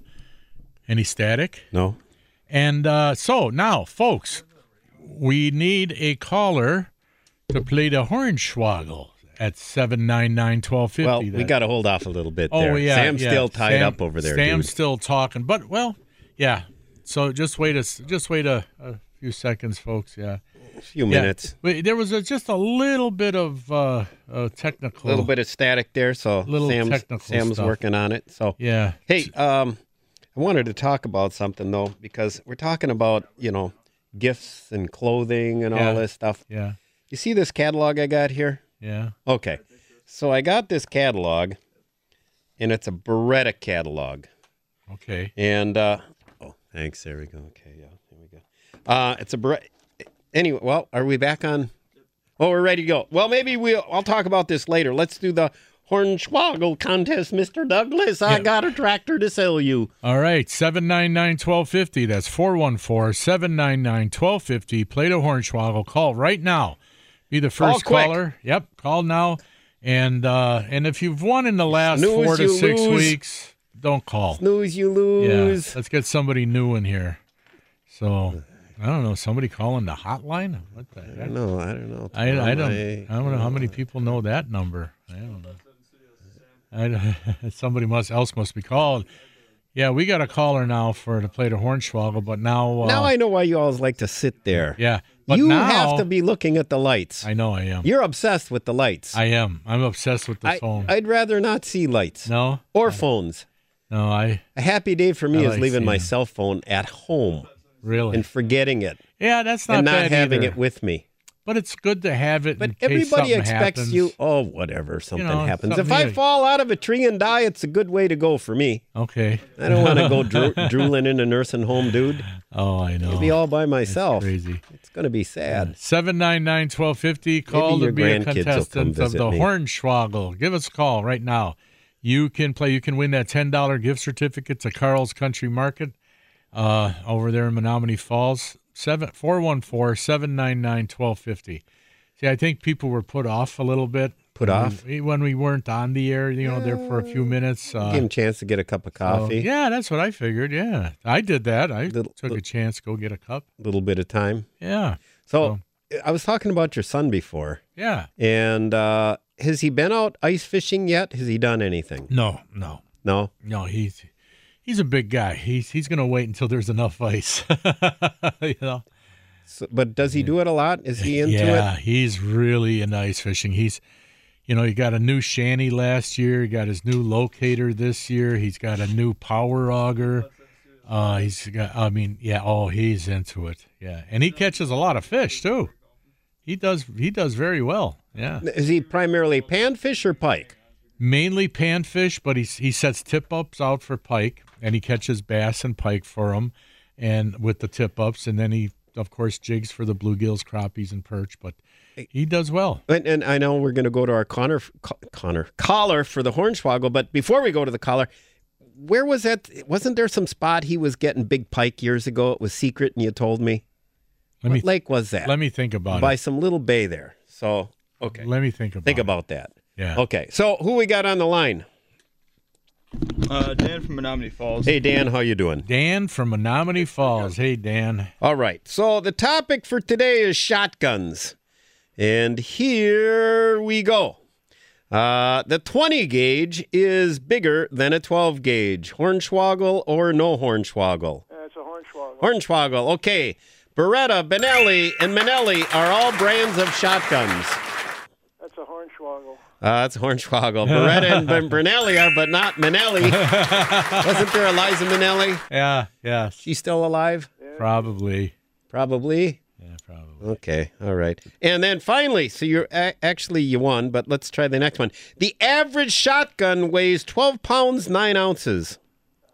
C: any static.
D: No.
C: And uh, so now, folks, we need a caller to play the Hornswoggle at 799-1250.
D: Well, we
C: That-
D: got to hold off a little bit
C: Oh
D: there.
C: yeah,
D: Sam's
C: yeah.
D: still tied
C: Sam-
D: up over there,
C: Sam's
D: dude.
C: still talking, but well, yeah. So just wait a s- just wait a, a few seconds, folks. Yeah,
D: A few
C: Yeah.
D: minutes.
C: Wait, there was a, just a little bit of uh, uh,
D: A
C: technical,
D: little bit of static there, so
C: Little
D: Sam's,
C: technical
D: Sam's
C: stuff.
D: working on it. So
C: Yeah.
D: Hey, um, I wanted to talk about something though, because we're talking about you know gifts and clothing and all
C: Yeah.
D: this stuff.
C: Yeah.
D: You see this catalog I got here?
C: Yeah.
D: Okay, so I got this catalog, and it's a Beretta catalog,
C: Okay.
D: and uh, oh, thanks. There we go. Okay, yeah, there we go. Uh, it's a Beretta. Anyway, well, are we back on? Oh, we're ready to go. Well, maybe we'll. I'll talk about this later. Let's do the Hornswoggle contest, Mister Douglas. I got a tractor to sell you.
C: All right. 799 1250. That's 414 799 1250. Plato Hornswoggle. Call right now. Be the first
D: quick.
C: caller. Yep. Call now. And uh, and if you've won in the last
D: Snooze,
C: four to
D: you
C: six
D: lose.
C: weeks, don't call.
D: Lose, you
C: Yeah.
D: lose.
C: Let's get somebody new in here. So, I don't know. Somebody calling the hotline? What the heck?
D: No, I don't know.
C: I, I don't
D: I-
C: I don't know how many people know that number. I don't know. I don't, somebody must else must be called. Yeah, we got a caller now for to play the Hornswoggle, but now uh,
D: now I know why you always like to sit there.
C: yeah, but
D: you
C: now
D: have to be looking at the lights.
C: I know I am.
D: You're obsessed with the lights.
C: I am. I'm obsessed with the
D: I,
C: phone.
D: would rather not see lights
C: no,
D: or phones.
C: no, I
D: A happy day for me
C: I
D: is
C: like
D: leaving my
C: seeing 'em.
D: cell phone at home
C: really.
D: and forgetting it
C: yeah, that's not
D: and not
C: bad
D: having
C: either.
D: it with me.
C: but it's good to have it.
D: But
C: in case
D: everybody
C: something
D: expects
C: happens.
D: you, oh, whatever, something
C: know,
D: happens.
C: something
D: if I
C: you-
D: fall out of a tree and die, it's a good way to go for me.
C: Okay.
D: I don't want to go dro- drooling in a nursing home, dude.
C: Oh, I know.
D: I'll be all by myself.
C: Crazy.
D: It's going to be sad.
C: Seven nine nine twelve fifty. Call
D: your
C: to be a
D: grandkids will come
C: contestant of
D: visit
C: the
D: me.
C: Hornswoggle. Give us a call right now. You can play. You can win that ten dollar gift certificate to Carl's Country Market uh, over there in Menominee Falls. seven four one four seven nine nine twelve fifty. See, I think people were put off a little bit.
D: Put off?
C: when, when we weren't on the air. You know, there for a few minutes. Uh,
D: Give him a chance to get a cup of coffee.
C: so- Oh, yeah, that's what I figured. Yeah, I did that. I
D: Little-
C: took a chance, go get a cup.
D: A little bit of time.
C: Yeah,
D: So
C: Oh.
D: I was talking about your son before,
C: yeah.
D: and uh, has he been out ice fishing yet? Has he done anything?
C: No, no,
D: No.
C: no. He's he's a big guy. He's he's gonna wait until there's enough ice. you know.
D: So, but does he do it a lot? Is he into
C: yeah,
D: it?
C: he's really into ice fishing. He's, you know, he got a new shanty last year. He got his new locator this year. He's got a new power auger. Uh, he's got. I mean, yeah. Oh, he's into it. Yeah, and he catches a lot of fish too. He does. He does very well. Yeah,
D: Is he primarily panfish or pike?
C: mainly panfish, but he he sets tip ups out for pike, and he catches bass and pike for him, and with the tip ups, and then he of course jigs for the bluegills, crappies, and perch. But he does well.
D: And, and I know we're going to go to our Connor, Co- Connor collar for the hornswoggle, but before we go to the collar, where was that? Wasn't there some spot he was getting big pike years ago? It was secret, and you told me.
C: Let
D: what
C: me
D: lake was that?
C: let me think about
D: by
C: it.
D: some little bay there. So okay,
C: Let me think about
D: think
C: it.
D: about that.
C: Yeah.
D: Okay, so who we got on the line?
E: Uh, Dan from Menominee Falls.
D: Hey Dan, how you doing?
C: Dan from Menominee Falls. Hey Dan.
D: All right. So the topic for today is shotguns. And here we go. Uh, the 20 gauge is bigger than a 12 gauge. Hornswoggle or no hornswoggle?
G: That's Uh, a hornswoggle.
D: Hornswoggle. Okay. Beretta, Benelli, and Manelli are all brands of shotguns.
G: That's a hornswoggle.
D: Uh, that's Hornswoggle. Beretta and ben- Benelli are, but not Manelli. Wasn't there Eliza Manelli?
C: Yeah. Yes.
D: She's still alive?
C: Probably.
D: Probably.
C: Yeah. Probably.
D: Okay, all right. And then finally, so you're a- actually you won, but let's try the next one. The average shotgun weighs 12 pounds 9 ounces.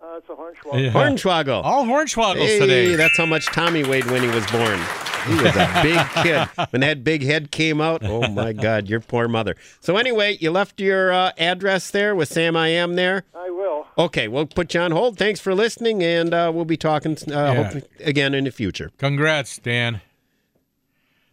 G: Uh, it's a hornswoggle.
C: Yeah.
D: Hornswoggle.
C: All hornswoggles
D: Hey,
C: today.
D: that's how much Tommy weighed when he was born. He was a big kid. When that big head came out, oh my God, your poor mother. So anyway, you left your uh, address there with Sam. I am there.
G: I will.
D: Okay, we'll put you on hold. Thanks for listening, and uh, we'll be talking uh, hopefully again in the future.
C: Congrats, Dan.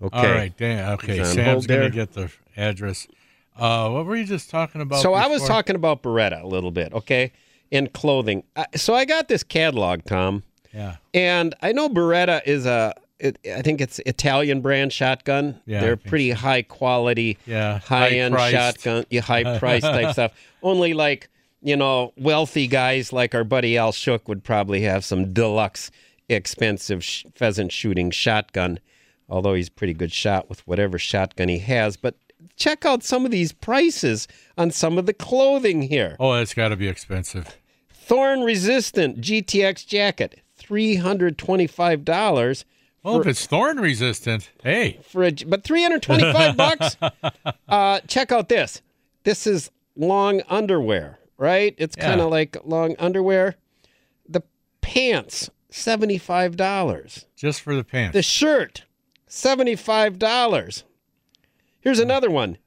D: Okay.
C: All right, Dan. Okay,
D: He's on
C: Sam's
D: hold
C: gonna
D: there.
C: get the address. Uh, what were you just talking about?
D: So I was
C: before?
D: talking about Beretta a little bit, okay, and clothing. I, so I got this catalog, Tom,
C: Yeah.
D: and I know Beretta is a, it, I think it's Italian brand shotgun.
C: Yeah, I
D: They're
C: think
D: pretty high quality,
C: Yeah,
D: high end
C: high-priced.
D: shotgun, yeah, high price type stuff. Only like you know, wealthy guys like our buddy Al Shook would probably have some deluxe, expensive sh- pheasant shooting shotgun. Although he's a pretty good shot with whatever shotgun he has, but check out some of these prices on some of the clothing here.
C: Oh, it's got to be expensive.
D: Thorn resistant GTX jacket, three hundred twenty-five dollars.
C: Well, Oh, if it's thorn resistant, hey,
D: for a but 325 bucks uh check out this this is long underwear right it's
C: Yeah.
D: kind of like long underwear the pants $75
C: just for the pants.
D: the shirt $75 here's another one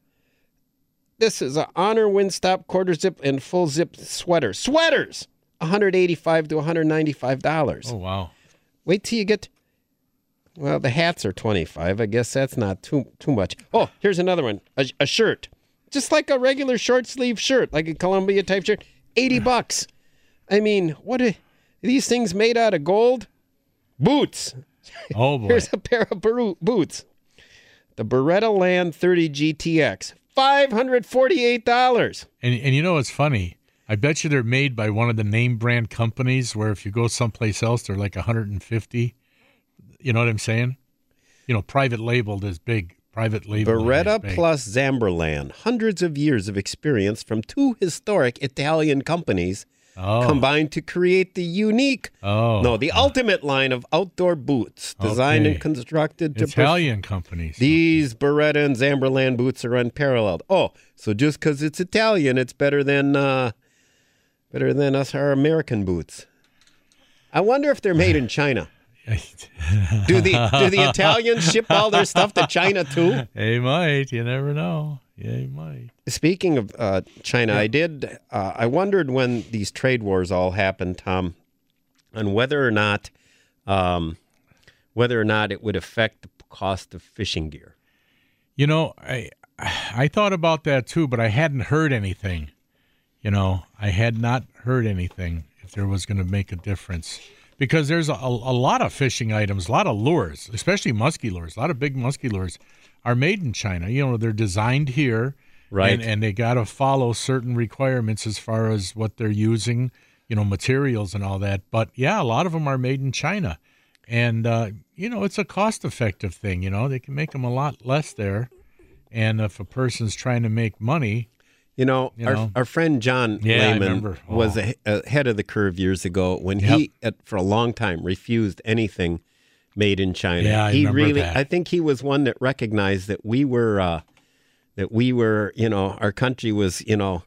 D: this is a honor windstop quarter zip and full zip sweater sweaters 185 to 195 dollars
C: oh wow.
D: Wait till you get. Well, the hats are twenty five. I guess that's not too too much. Oh, here's another one. A, a shirt, just like a regular short sleeve shirt, like a Columbia type shirt, eighty bucks. I mean, what are these things made out of gold? Boots.
C: Oh boy.
D: Here's a pair of baru- boots. The Beretta Land 30 GTX, five hundred forty eight dollars.
C: And and you know what's funny? I bet you they're made by one of the name brand companies where if you go someplace else they're like 150. You know what I'm saying? You know, private labeled is big. Private label.
D: Beretta
C: is big.
D: plus Zamberlan, hundreds of years of experience from two historic Italian companies
C: oh,
D: combined to create the unique
C: Oh.
D: no the ultimate line of outdoor boots designed
C: Okay.
D: and constructed to perf-
C: Italian companies.
D: these Beretta and Zamberlan boots are unparalleled. Oh, so just because it's Italian, it's better than uh, better than us our American boots. I wonder if they're made in China. Do the do the Italians ship all their stuff to China too?
C: they might. You never know. Yeah, you might.
D: Speaking of uh, China, I did. Uh, I wondered when these trade wars all happened, Tom, and whether or not um, whether or not it would affect the cost of fishing gear.
C: You know, I I thought about that too, but I hadn't heard anything. You know, I had not heard anything if there was going to make a difference because there's a, a lot of fishing items, a lot of lures, especially musky lures. A lot of big musky lures are made in China. You know, they're designed here,
D: Right.
C: And, and they got to follow certain requirements as far as what they're using, you know, materials and all that. But yeah, a lot of them are made in China, and uh, you know, it's a cost-effective thing. You know, they can make them a lot less there. And if a person's trying to make money,
D: You know,
C: You
D: our,
C: know?
D: our friend John
C: Yeah, I
D: Lehman
C: remember.
D: was a, ahead of the curve years ago when he, at, for a long time, refused anything made in China.
C: Yeah, I
D: he
C: remember
D: really,
C: that.
D: I think he was one that recognized that we were, uh, that we were, you know, our country was, you know,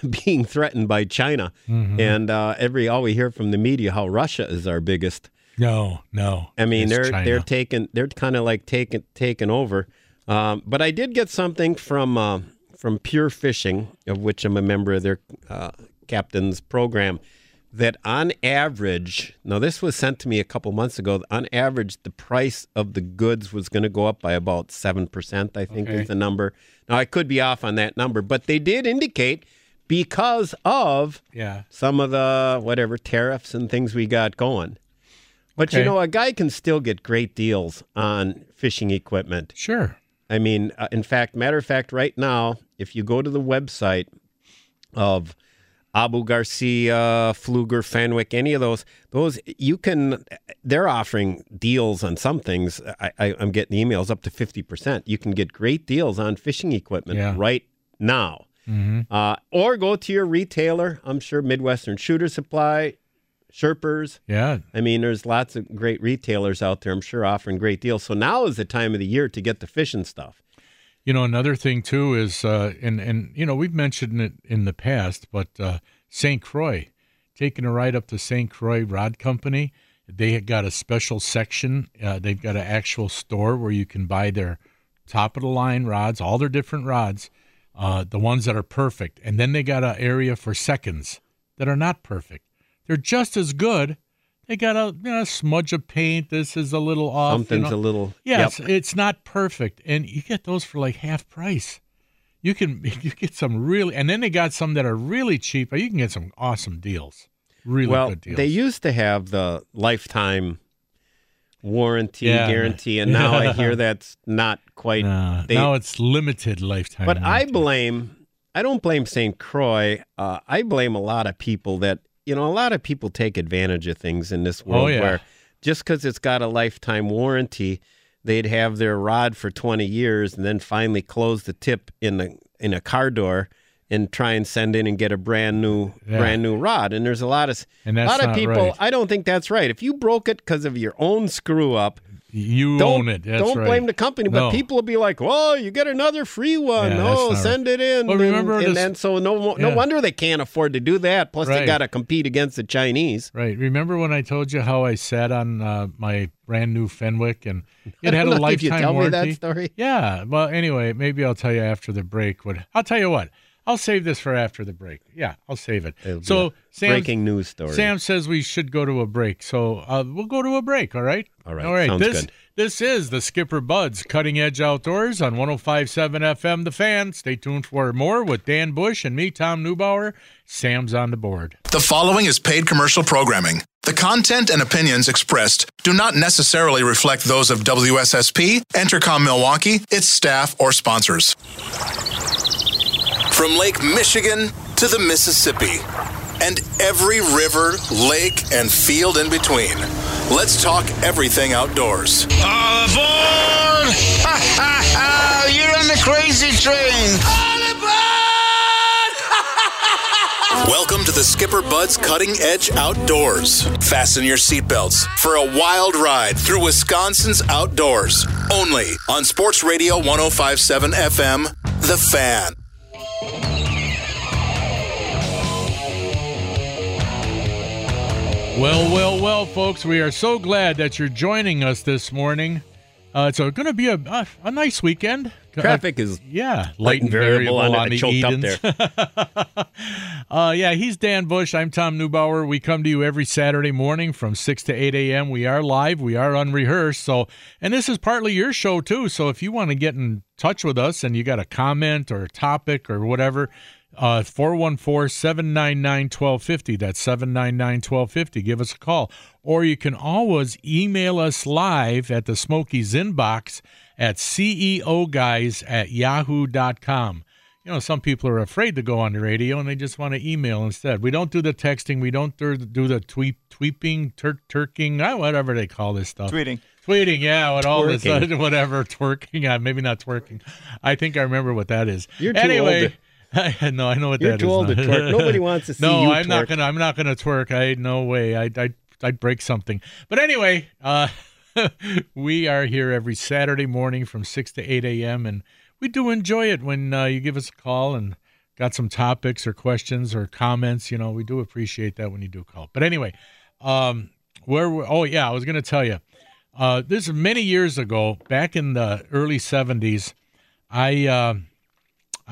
D: being threatened by China,
C: Mm-hmm.
D: and uh, every all we hear from the media how Russia is our biggest
C: no, no.
D: I mean,
C: it's
D: they're
C: China.
D: they're taking they're kind of like taking taking over. Um, but I did get something from uh, from Pure Fishing, of which I'm a member of their uh, captain's program. That on average, now this was sent to me a couple months ago. On average, the price of the goods was going to go up by about seven percent. I think
C: Okay.
D: is the number. Now I could be off on that number, but they did indicate because of
C: yeah.
D: some of the whatever tariffs and things we got going. But
C: Okay.
D: you know, a guy can still get great deals on fishing equipment.
C: Sure.
D: I mean, uh, in fact, matter of fact, right now, if you go to the website of Abu Garcia, Pfluger, Fenwick, any of those, those you can, they're offering deals on some things. I, I, I'm getting emails up to 50%. You can get great deals on fishing equipment
C: Yeah.
D: right now. Uh, or go to your retailer. I'm sure Midwestern Shooter Supply, Sherpers,
C: Yeah.
D: I mean, there's lots of great retailers out there, I'm sure, offering great deals. So now is the time of the year to get the fishing stuff.
C: You know, another thing too is, uh, and and you know, we've mentioned it in the past, but uh, St. Croix, taking a ride up to St. Croix Rod Company, they had got a special section. Uh, they've got an actual store where you can buy their top of the line rods, all their different rods, uh, the ones that are perfect, and then they got an area for seconds that are not perfect. They're just as good. They got a you know, smudge of paint. This is a little off. you
D: Something's
C: know.
D: a little.
C: Yeah,
D: Yep.
C: it's, it's not perfect, and you get those for like half price. You can you get some really, and then they got some that are really cheap. but You can get some awesome deals, really
D: well,
C: good deals.
D: they used to have the lifetime warranty
C: Yeah.
D: guarantee, and now I hear that's not quite.
C: Nah,
D: they-
C: now it's limited lifetime.
D: but I
C: warranty.
D: blame, I don't blame St. Croix. Uh, I blame a lot of people that, you know, a lot of people take advantage of things in this world
C: Oh, yeah.
D: where just because it's got a lifetime warranty, they'd have their rod for 20 years and then finally close the tip in the in a car door and try and send in and get a brand new
C: Yeah.
D: brand new rod and there's a lot of s-
C: And that's
D: a lot of
C: not
D: people
C: right.
D: I don't think that's right if you broke it because of your own screw up
C: you
D: don't,
C: own it. That's
D: don't
C: right.
D: blame the company, but
C: No.
D: people will be like, "Whoa, you get another free one!
C: Yeah, that's
D: oh,
C: not
D: send it in!"
C: Well, remember
D: and,
C: this-
D: and then so no mo- no
C: Yeah.
D: wonder they can't afford to do that. Plus, they
C: Right.
D: got to compete against the Chinese.
C: Right. Remember when I told you how I sat on uh, my brand new Fenwick and it
D: I
C: had
D: don't
C: a
D: know if you
C: lifetime
D: tell me
C: warranty?
D: that story.
C: Yeah. Well, anyway, maybe I'll tell you after the break. What I'll tell you what. I'll save this for after the break. Yeah, I'll save it.
D: It'll be a
C: so Sam,
D: breaking news story.
C: Sam says we should go to a break. So uh, we'll go to a break. All right.
D: All right,
C: All right.
D: sounds
C: this
D: good.
C: this is the Skipper Buds Cutting Edge Outdoors on 105.7 FM. The Fan. Stay tuned for more with Dan Bush and me, Tom Neubauer. Sam's on the board.
A: The following is paid commercial programming. The content and opinions expressed do not necessarily reflect those of WSSP, Entercom Milwaukee, its staff, or sponsors. From Lake Michigan to the Mississippi, and every river, lake, and field in between, let's talk everything outdoors.
B: All aboard! Ha ha ha! You're on the crazy train!
A: Welcome to the Skipper Bud's Cutting Edge Outdoors. Fasten your seatbelts for a wild ride through Wisconsin's outdoors. Only on Sports Radio 1057 FM, The Fan.
C: Well, well, well, folks, we are so glad that you're joining us this morning. Uh, it's going to be a, a a nice weekend. Uh,
D: Traffic is
C: Yeah,
D: light and variable on it. I choked up there.
C: uh, yeah, he's Dan Bush. I'm Tom Neubauer. We come to you every Saturday morning from 6 to 8 a.m. We are live. We are unrehearsed. So, and this is partly your show too. So if you want to get in touch with us and you got a comment or a topic or whatever, uh, 414-799-1250. That's 799-1250. Give us a call. Or you can always email us live at the Smokies inbox at ceoguys at yahoo.com. You know, some people are afraid to go on the radio and they just want to email instead. We don't do the texting. We don't do do the tweep, tweeping, tur- turking, ah, whatever they call this stuff.
E: Tweeting.
C: Tweeting, yeah, with all this,
D: Twerking.
C: whatever, twerking. Yeah, maybe not twerking. I think I remember what that is.
D: You're too
C: anyway, no, I know what
D: You're
C: that
D: too
C: is
D: old to
C: now.
D: twerk. Nobody wants to see
C: no,
D: you
C: I'm not
D: twerk.
C: gonna. I'm not gonna twerk. I no way. I I I'd break something. But anyway, uh, we are here every Saturday morning from six to eight a.m. and we do enjoy it when uh, you give us a call and got some topics or questions or comments. You know, we do appreciate that when you do call. But anyway, um, where? were- Oh yeah, I was gonna tell you. Uh, this is many years ago, back in the early '70s. I. Uh,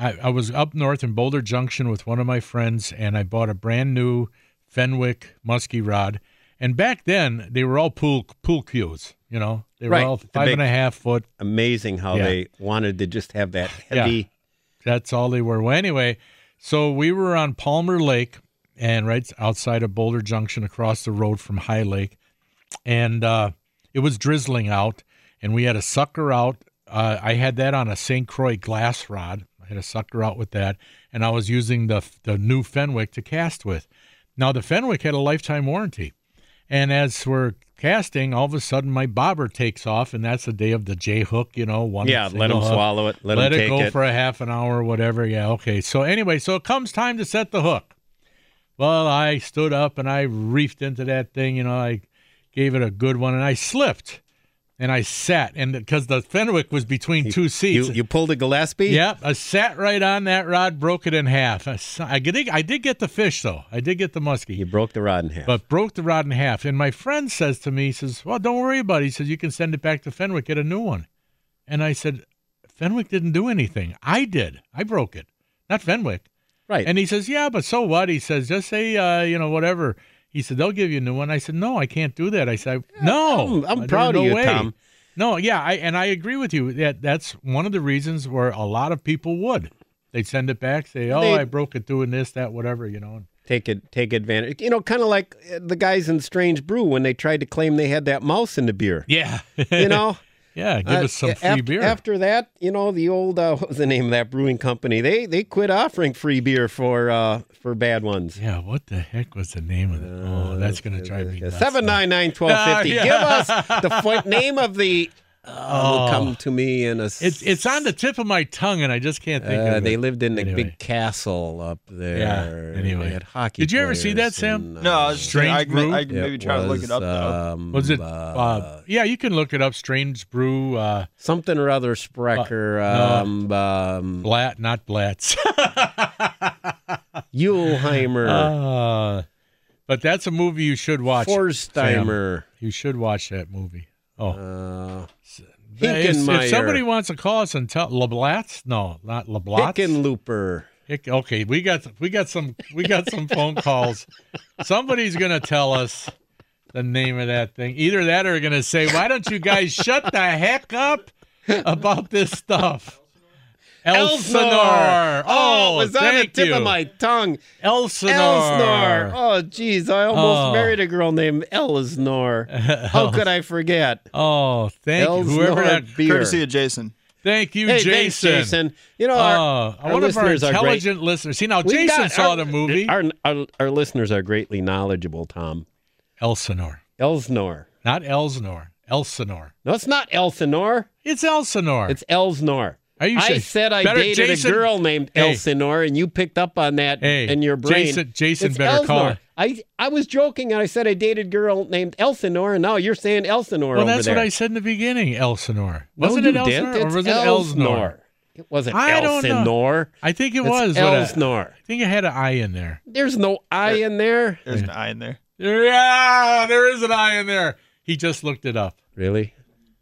C: I, I was up north in Boulder Junction with one of my friends, and I bought a brand new Fenwick muskie rod. And back then, they were all pool pool cues. You know, they were
D: Right,
C: all
D: the
C: five
D: big-
C: and a half foot.
D: Amazing how
C: Yeah.
D: they wanted to just have that
C: Yeah.
D: heavy.
C: That's all they were. Well, anyway, so we were on Palmer Lake, and right outside of Boulder Junction, across the road from High Lake, and uh, it was drizzling out, and we had a sucker out. Uh, I had that on a St. Croix glass rod. I had a sucker out with that, and I was using the the new Fenwick to cast with. Now the Fenwick had a lifetime warranty, and as we're casting, all of a sudden my bobber takes off, and that's the day of the J hook. You know, one
D: Yeah, let
C: single
D: them
C: hook
D: swallow it. Let,
C: let,
D: them
C: it
D: take
C: go
D: it.
C: for a half an hour or whatever. Yeah, okay. So anyway, so it comes time to set the hook. Well, I stood up and I reefed into that thing. You know, I gave it a good one and I slipped and I sat and because the Fenwick was between two seats.
D: You, you pulled a Gillespie?
C: Yep, I sat right on that rod, broke it in half. I, s- I did, I did get the fish though. I did get the muskie
D: You broke the rod in half.
C: but broke the rod in half. And my friend says to me, he says, Well, don't worry about it. He says, You can send it back to Fenwick, get a new one. And I said, Fenwick didn't do anything. I did. I broke it, not Fenwick.
D: right.
C: And he says, Yeah, but so what? He says, Just say, uh, you know, whatever. He said, They'll give you a new one. I said, No, I can't do that. I said, No.
D: I'm- I'm
C: There's
D: proud of
C: no
D: you,
C: way."
D: Tom.
C: No, yeah, I, and I agree with you. That That's one of the reasons where a lot of people would. They'd send it back, say, Oh,
D: They-
C: I broke it doing this, that, whatever, you know.
D: take it take advantage. You know, kind of like uh, the guys in Strange Brew when they tried to claim they had that mouse in the beer.
C: Yeah.
D: You know,
C: Yeah, give
D: Uh,
C: us some
D: a-
C: free
D: after,
C: beer.
D: After that, you know, the old uh, what was the name of that brewing company? They they quit offering free beer for uh, for bad ones.
C: yeah, what the heck was the name of it? Oh, that's gonna drive me nuts.
D: Uh, Seven nine nine twelve fifty.
C: Ah,
D: Give us the f- name of the. Uh, will come to me in a. s-
C: Oh. It's it's on the tip of my tongue, and I just can't think
D: Uh,
C: of
D: they
C: it.
D: lived in a
C: Anyway.
D: big castle up there. and
C: anyway.
D: they had hockey.
C: Did you ever see
D: players
C: that, Sam?
D: and, uh,
E: No, I was just gonna- I,
C: Strange brew?
E: I, I can
D: it
E: maybe try to look it
D: was,
E: up though.
D: um,
C: Was it? Uh,
D: uh,
C: yeah, you can look it up. Strange Brew uh,
D: something or other Sprecher?
C: Uh,
D: um, um,
C: Blat, not Blatz.
D: Yulheimer,
C: uh, but that's a movie you should watch.
D: Forsteimer.
C: Sam. You should watch that movie. Oh,
D: Uh,
C: if,
D: Hickenmeyer.
C: if somebody wants to call us and tell LeBlatz, no, not LeBlatz.
D: Hickenlooper.
C: Hick- okay, we got we got some we got some phone calls. Somebody's gonna tell us the name of that thing. Either that or gonna say, "Why don't you guys shut the heck up about this stuff?" Elsinore.
D: Oh, it was on the
C: thank
D: tip
C: you.
D: of my tongue.
C: Elsinore.
D: Elsinore. Oh, geez, I almost
C: Oh.
D: married a girl named Elsinore. How could I forget?
C: Oh, thank you. Whoever
D: Elsinore
C: that.
D: beer.
E: Courtesy of Jason.
C: Thank you,
D: Hey, thanks,
C: Jason.
D: Jason. You know,
C: Oh,
D: our, our
C: one of our
D: listeners are great.
C: intelligent listeners. See now,
D: We
C: Jason
D: got-
C: saw
D: our-
C: the movie
D: Our, our, our listeners are greatly knowledgeable, Tom.
C: Elsinore,
D: Elsinore.
C: not Elsinore. Elsinore.
D: No, it's not Elsinore.
C: It's Elsinore.
D: It's Elsinore.
C: Are you
D: I
C: sure?
D: said I
C: Better
D: dated
C: Jason-
D: a girl named
C: Hey.
D: Elsinore, and you picked up on that
C: Hey,
D: in your brain.
C: Jason- Jason
D: It's
C: better call
D: Elsinore.
C: her.
D: I, I was joking, and I said I dated a girl named Elsinore, and now you're saying Elsinore
C: Well,
D: over
C: that's
D: there.
C: what I said in the beginning, Elsinore.
D: No,
C: Wasn't
D: you
C: it Elsinore
D: didn't.
C: or
D: It's
C: was it Elsinore?
D: It wasn't
C: I don't know.
D: Elsinore.
C: I think it
D: It's
C: was. but I-
D: Elsinore.
C: I think it had an I in there.
D: There's no I in there.
E: There's an eye in there.
C: Yeah, there is an I in there. He just looked it up.
D: Really?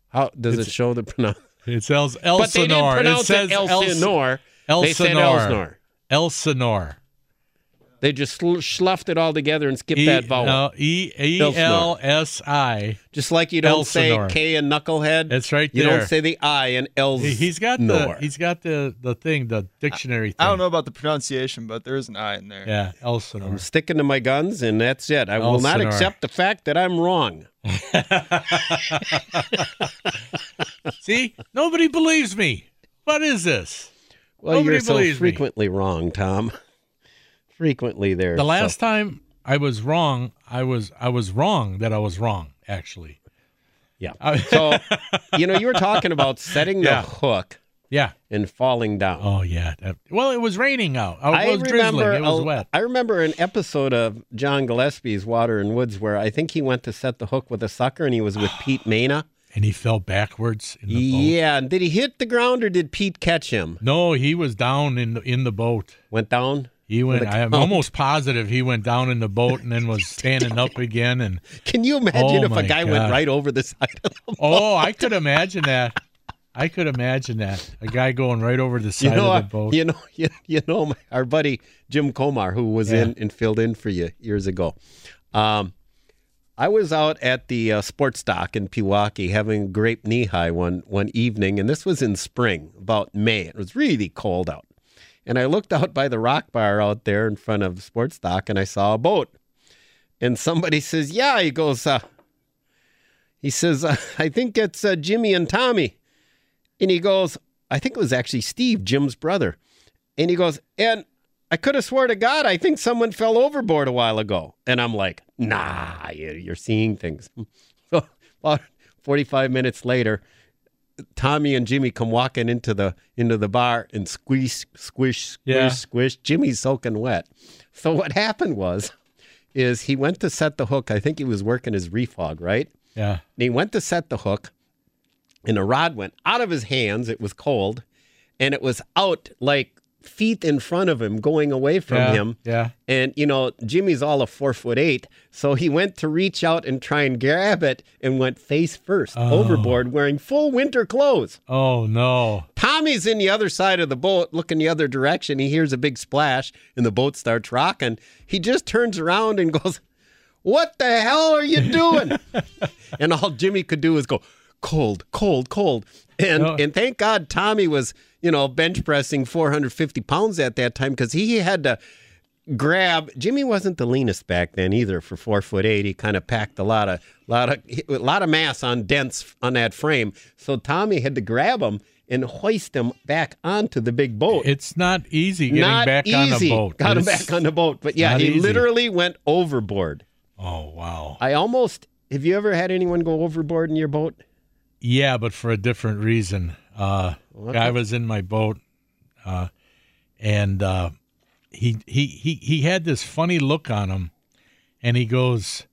D: How does it show the pronoun?
C: It's El-
D: But they didn't
C: Elsinore. It
D: pronounce
C: says
D: it Elsinore. They
C: Elsinore.
D: said Elsinore.
C: Elsinore.
D: They just sl- schluffed it all together and skipped
C: E-
D: that vowel.
C: no, E- E-
D: Elsinore.
C: L S I.
D: Just like you don't
C: Elsinore.
D: say K and knucklehead.
C: That's right
D: You
C: there.
D: don't say the I and L's.
C: He- He's got the he's got the the thing the dictionary.
E: I don't
C: thing.
E: know about the pronunciation, but there is an I in there.
C: Yeah, Elsinore.
D: I'm sticking to my guns, and that's it. I will not
C: Elsinore.
D: accept the fact that I'm wrong.
C: See, nobody believes me. What is this?
D: Well,
C: Nobody
D: you're so
C: believes me.
D: frequently wrong, Tom. Frequently there.
C: The
D: so-
C: last time I was wrong, I was I was wrong that I was wrong. Actually,
D: yeah.
C: I-
D: so, you know, you were talking about setting
C: Yeah.
D: the hook
C: yeah.
D: and falling down.
C: Oh yeah. That- well, it was raining out. Oh, It was drizzling. It was
D: a-
C: wet.
D: I remember an episode of John Gillespie's Water and Woods where I think he went to set the hook with a sucker, and he was with Pete Mena.
C: and he fell backwards in the boat.
D: Yeah, and did he hit the ground or did Pete catch him?
C: No, he was down in the, in the boat.
D: Went down.
C: He went.
D: a
C: I'm
D: count.
C: almost positive he went down in the boat and then was standing up again. And
D: Can you imagine
C: Oh
D: if
C: my
D: a guy went
C: God.
D: right over the side of the
C: oh, I could imagine that. I could imagine that a guy going right over the
D: you
C: side
D: know,
C: of the boat.
D: you know, you, you know, my, our buddy Jim Comar, who was
C: Yeah.
D: in and filled in for you years ago. Um, I was out at the uh, sports dock in Pewaukee having grape knee high one one evening, and this was in spring, about May. It was really cold out, and I looked out by the rock bar out there in front of sports dock, and I saw a boat. And somebody says, "Yeah," he goes. Uh, he says, uh, "I think it's uh, Jimmy and Tommy." And he goes, I think it was actually Steve, Jim's brother. And he goes, and I could have swore to God, I think someone fell overboard a while ago. And I'm like, nah, you- you're seeing things. So about 45 minutes later, Tommy and Jimmy come walking into the into the bar and squeeze, squish, squish,
C: Yeah.
D: squish. Jimmy's soaking wet. So what happened was, is he went to set the hook. I think he was working his refog, right?
C: yeah.
D: And he went to set the hook, and the rod went out of his hands. It was cold, and it was out like feet in front of him, going away from
C: yeah,
D: him.
C: Yeah.
D: And you know, Jimmy's all of four foot eight, so he went to reach out and try and grab it, and went face first overboard, wearing full winter clothes.
C: Oh no.
D: Tommy's in the other side of the boat, looking the other direction. He hears a big splash, and the boat starts rocking. He just turns around and goes, "What the hell are you doing?" and all Jimmy could do was go, "Cold, cold, cold." And
C: Oh.
D: and thank God Tommy was you know bench pressing 450 pounds at that time because he had to grab. Jimmy wasn't the leanest back then either. For four foot eight, he kind of packed a lot of lot of a lot of mass on dents on that frame. So Tommy had to grab him and hoist him back onto the big boat.
C: It's not easy getting
D: Not
C: back on a
D: easy.
C: boat.
D: Got him
C: It's-
D: back on the boat, but yeah,
C: not
D: he
C: easy.
D: literally went overboard.
C: Oh wow.
D: I almost. Have you ever had anyone go overboard in your boat?
C: Yeah, but for a different reason. Uh, guy was in my boat, uh, and uh, he he he he had this funny look on him, and he goes,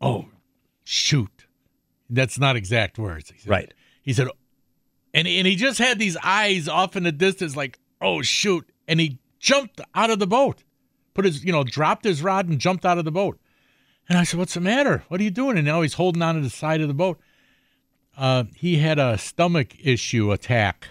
C: "Oh, shoot!" That's not exact words. He said,
D: Right.
C: He said, and and he just had these eyes off in the distance, like, "Oh, shoot!" And he jumped out of the boat, put his you know dropped his rod and jumped out of the boat. And I said, "What's the matter? What are you doing?" And now he's holding on to the side of the boat uh, he had a stomach issue attack.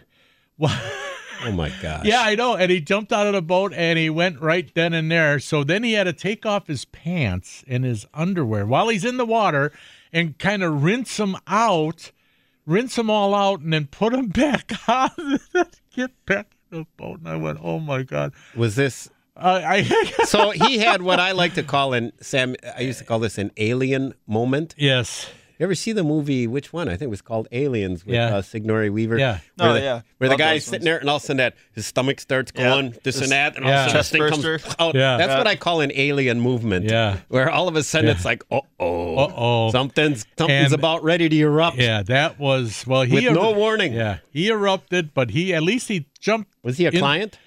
D: Oh my gosh.
C: Yeah, I know. And he jumped out of the boat and he went right then and there. So then he had to take off his pants and his underwear while he's in the water and kind of rinse them out, rinse them all out, and then put them back on. Get back in the boat. And I went, oh my God.
D: Was this
C: Uh, I
D: so? He had what I like to call an Sam. I used to call this an alien moment.
C: Yes.
D: You ever see the movie? Which one? I think it was called Aliens with
C: Yeah.
D: uh, Signore Weaver.
C: Yeah.
D: Where
E: Oh,
D: the,
E: yeah.
D: Where the
E: Love
D: guy's
E: those
D: sitting
E: ones.
D: there, and all of a sudden that his stomach starts
E: Yeah.
D: going this
E: This
D: and that, and all
C: Yeah.
D: of a
E: chest
D: sudden this thing comes
E: burster.
D: out.
C: Yeah.
D: That's
E: Yeah.
D: what I call an alien movement.
C: Yeah.
D: Where all of a sudden it's like, uh oh,
C: Uh-oh.
D: something's something's
C: And-
D: about ready to erupt.
C: Yeah, that was, well, he. er
D: With no warning.
C: Yeah. He erupted, but he, at least he jumped
D: Was he a
C: In-
D: client?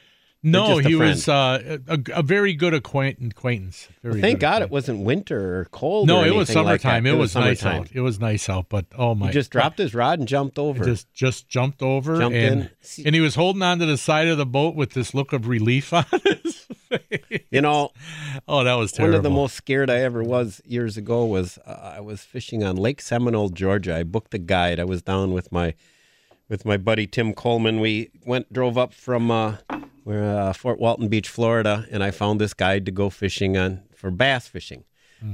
C: No,
D: just a
C: he
D: friend?
C: was uh, a, a very good acquaint- acquaintance. Very
D: Thank
C: good
D: God
C: acquaintance.
D: it wasn't winter or cold.
C: No,
D: or
C: it was
D: anything like
C: summertime.
D: that.
C: it, was, nice
D: summertime.
C: out. It was nice out, but oh my!
D: He just dropped his rod and jumped over.
C: Just just jumped over
D: Jumped
C: and
D: in.
C: and he was holding on to the side of the boat with this look of relief on his face.
D: You know,
C: Oh, that was terrible.
D: One of the most scared I ever was years ago was uh, I was fishing on Lake Seminole, Georgia. I booked a guide. I was down with my with my buddy Tim Coleman. We went drove up from uh, where uh, Fort Walton Beach, Florida, and I found this guide to go fishing on for bass fishing.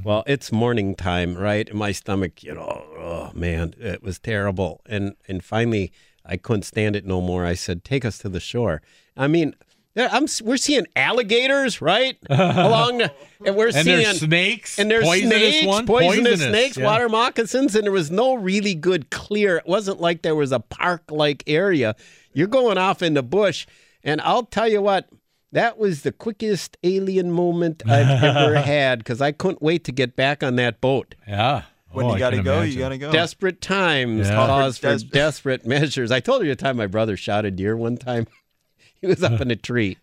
D: Well, it's morning time, right? And my stomach, you know, oh man, it was terrible. And and finally, I couldn't stand it no more. I said, "Take us to the shore." I mean, yeah, I'm we're seeing alligators, right? Along the, and we're
C: and
D: seeing
C: there's snakes.
D: and there's
C: poisonous
D: snakes,
C: one.
D: poisonous, snakes,
C: yeah.
D: water moccasins, and there was no really good clear. It wasn't like there was a park-like area. You're going off in the bush, and I'll tell you what, that was the quickest alien moment I've ever had because I couldn't wait to get back on that boat.
C: Yeah.
E: When
C: Oh, I
E: you gotta
C: can
E: go,
C: imagine.
E: you gotta go.
D: Desperate times
C: Yeah.
D: calls for
E: Desperate- des-
D: desperate measures. I told you the time my brother shot a deer one time. he was up in a tree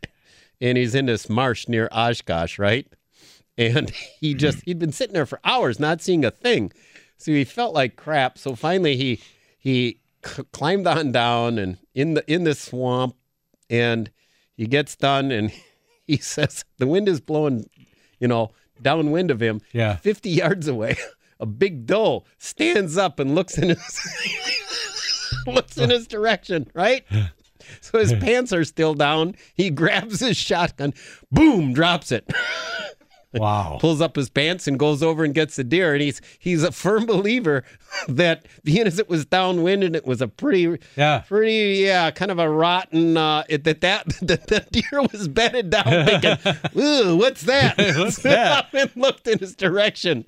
D: and he's in this marsh near Oshkosh, right? And he just, he'd been sitting there for hours not seeing a thing. So he felt like crap. So finally he, he c- climbed on down and in the, in the swamp and he gets done and he says, the wind is blowing, you know, downwind of him.
C: Yeah.
D: 50 yards away, a big doe stands up and looks in his looks in his direction, right? So his pants are still down. He grabs his shotgun, boom, drops it,
C: Wow.
D: pulls up his pants and goes over and gets the deer. And he's he's a firm believer that being as it was downwind and it was a pretty
C: Yeah.
D: pretty yeah kind of a rotten uh it, that that that the deer was bedded down thinking ooh what's that
C: What's that?
D: and looked in his direction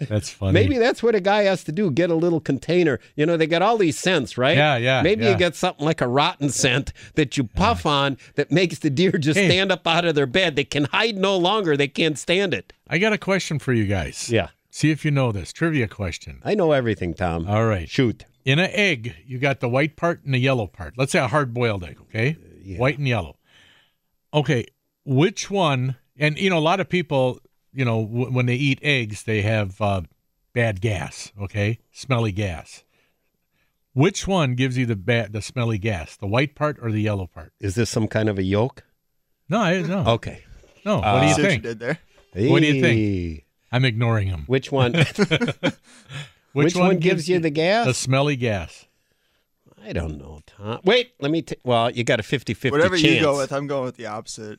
C: That's funny.
D: Maybe that's what a guy has to do get a little container. You know, they got all these scents, right?
C: Yeah, yeah,
D: Maybe
C: yeah.
D: you get something like a rotten scent that you puff on that makes the deer just
C: Hey.
D: stand up out of their bed. They can hide no longer. They can't stand it.
C: I got a question for you guys.
D: Yeah.
C: See if you know this. Trivia question.
D: I know everything, Tom.
C: All right.
D: Shoot.
C: In an egg, you got the white part and the yellow part. Let's say a hard boiled egg, okay?
D: Uh,
C: White and yellow. Okay, which one? And, you know, a lot of people, you know, w- when they eat eggs, they have uh, bad gas, okay? Smelly gas. Which one gives you the bad, the smelly gas, the white part or the yellow part?
D: Is this some kind of a yolk?
C: No, I, no,
D: Okay.
C: no. What do you
E: See what you
C: think?
E: did there?
C: Oh. What do you think?
D: Hey.
C: I'm ignoring him.
D: Which one? which, one, gives you the gas?
C: the smelly gas?
D: I don't know, Tom. Wait, let me. T- well, you got a 50 50
E: Whatever
D: chance.
E: you go with, I'm going with the opposite.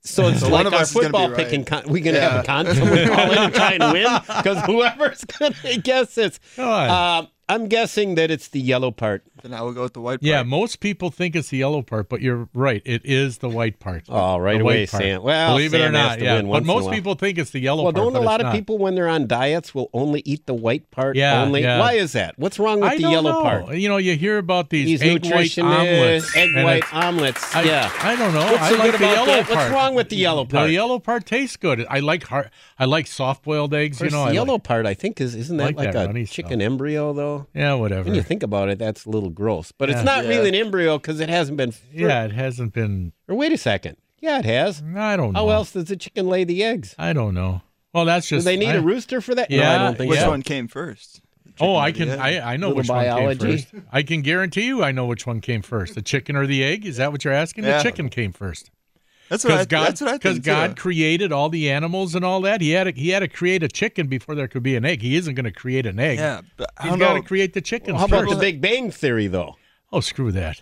D: So it's
E: So
D: like
E: one of
D: our
E: us is gonna be
D: football
E: right.
D: picking. Con- we gonna have
E: Yeah.
D: a contest. We call in and try and win because whoever's gonna guess this.
C: Come on.
D: Uh, I'm guessing that it's the yellow part.
E: Then I will go with the white.
C: Yeah,
E: part.
C: most people think it's the yellow part, but you're right. It is the white part.
D: Oh, right
C: The
D: away,
C: white part.
D: Sam. Well,
C: believe it or
D: Sam has
C: not,
D: to
C: yeah.
D: win
C: But
D: once in a
C: most
D: while.
C: people think it's the yellow
D: Well,
C: part.
D: don't a
C: but it's
D: lot of
C: not.
D: people when they're on diets will only eat the white part
C: Yeah,
D: only?
C: yeah.
D: Why is that? What's wrong with
C: I
D: the
C: don't
D: yellow
C: know.
D: part?
C: You know, you hear about these,
D: These
C: egg white omelets.
D: nutritionists, egg
C: and
D: white
C: it's-
D: omelets.
C: I,
D: yeah.
C: I don't know.
D: What's
C: I
D: so
C: like
D: good
C: the
D: about
C: yellow
D: that?
C: part.
D: What's wrong with the yellow part?
C: The yellow part tastes good. I like hard. I like soft boiled eggs.
D: Of
C: You
D: course,
C: know, I
D: the yellow
C: Like,
D: part. I think is isn't
C: like
D: that like,
C: that runny
D: a
C: stuff.
D: chicken embryo though?
C: yeah, whatever.
D: When you think about it, that's a little gross. But
C: Yeah.
D: it's not
E: Yeah.
D: really an embryo because it hasn't been. fer-
C: yeah, it hasn't been.
D: Or wait a second. Yeah, it has.
C: I don't know.
D: How else does the chicken lay the eggs?
C: I don't know. Well, that's
D: Do
C: just.
D: they need
C: I-
D: a rooster for that? no,
C: Yeah,
D: I don't think
E: Which
C: yeah.
D: so.
E: one came first?
C: Oh, I
E: Chicken or the
C: can.
E: egg?
C: I, I know
D: uh, Little
C: which one came
D: biology.
C: first. I can guarantee you, I know which one came first: the chicken or the egg. Is that what you're asking?
E: Yeah.
C: The chicken came first
E: That's what I.
C: because God,
E: that's what I
C: because
E: think.
C: God
E: too.
C: created all the animals and all that. He had to, he had to create a chicken before there could be an egg. He isn't going to create an egg.
E: Yeah, but I
C: he's
E: don't
C: got
E: know.
C: to create the chicken
D: How about
C: first.
D: the Big Bang Theory though?
C: oh, screw that.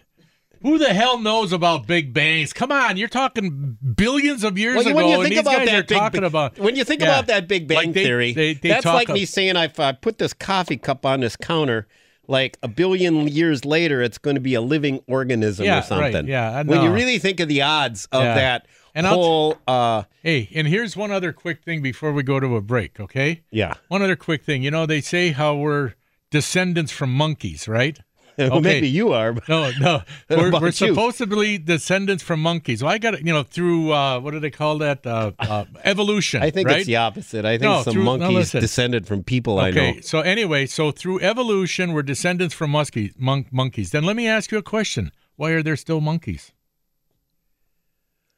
C: Who the hell knows about Big Bangs? Come on, you're talking billions of years
D: When, you-
C: ago,
D: when you
C: and
D: think
C: these
D: about
C: guys
D: that,
C: are
D: Big
C: talking
D: Bang-
C: about
D: when you think
C: Yeah.
D: about that Big Bang
C: Like they-
D: Theory,
C: they- they
D: that's
C: talk
D: like
C: of-
D: me saying if I put this coffee cup on this counter. Like a billion years later, it's going to be a living organism
C: Yeah,
D: or
C: right,
D: something.
C: yeah, I
D: When you
C: know.
D: really think of the odds of
C: Yeah.
D: that
C: And I'll t-
D: whole, uh,
C: Hey, and here's one other quick thing before we go to a break, okay?
D: yeah,
C: One other quick thing. You know, they say how we're descendants from monkeys, right? Okay.
D: maybe you are. But
C: No, no.
D: What
C: We're,
D: about
C: we're
D: you?
C: supposedly descendants from monkeys. Well, I got it, you know, through, uh, what do they call that? Uh, uh, evolution.
D: I think
C: right?
D: it's the opposite. I think
C: No,
D: some
C: through- no,
D: monkeys
C: listen.
D: descended from people I know.
C: Okay, so anyway, so through evolution, we're descendants from musky, monk, monkeys. Then let me ask you a question Why are there still monkeys?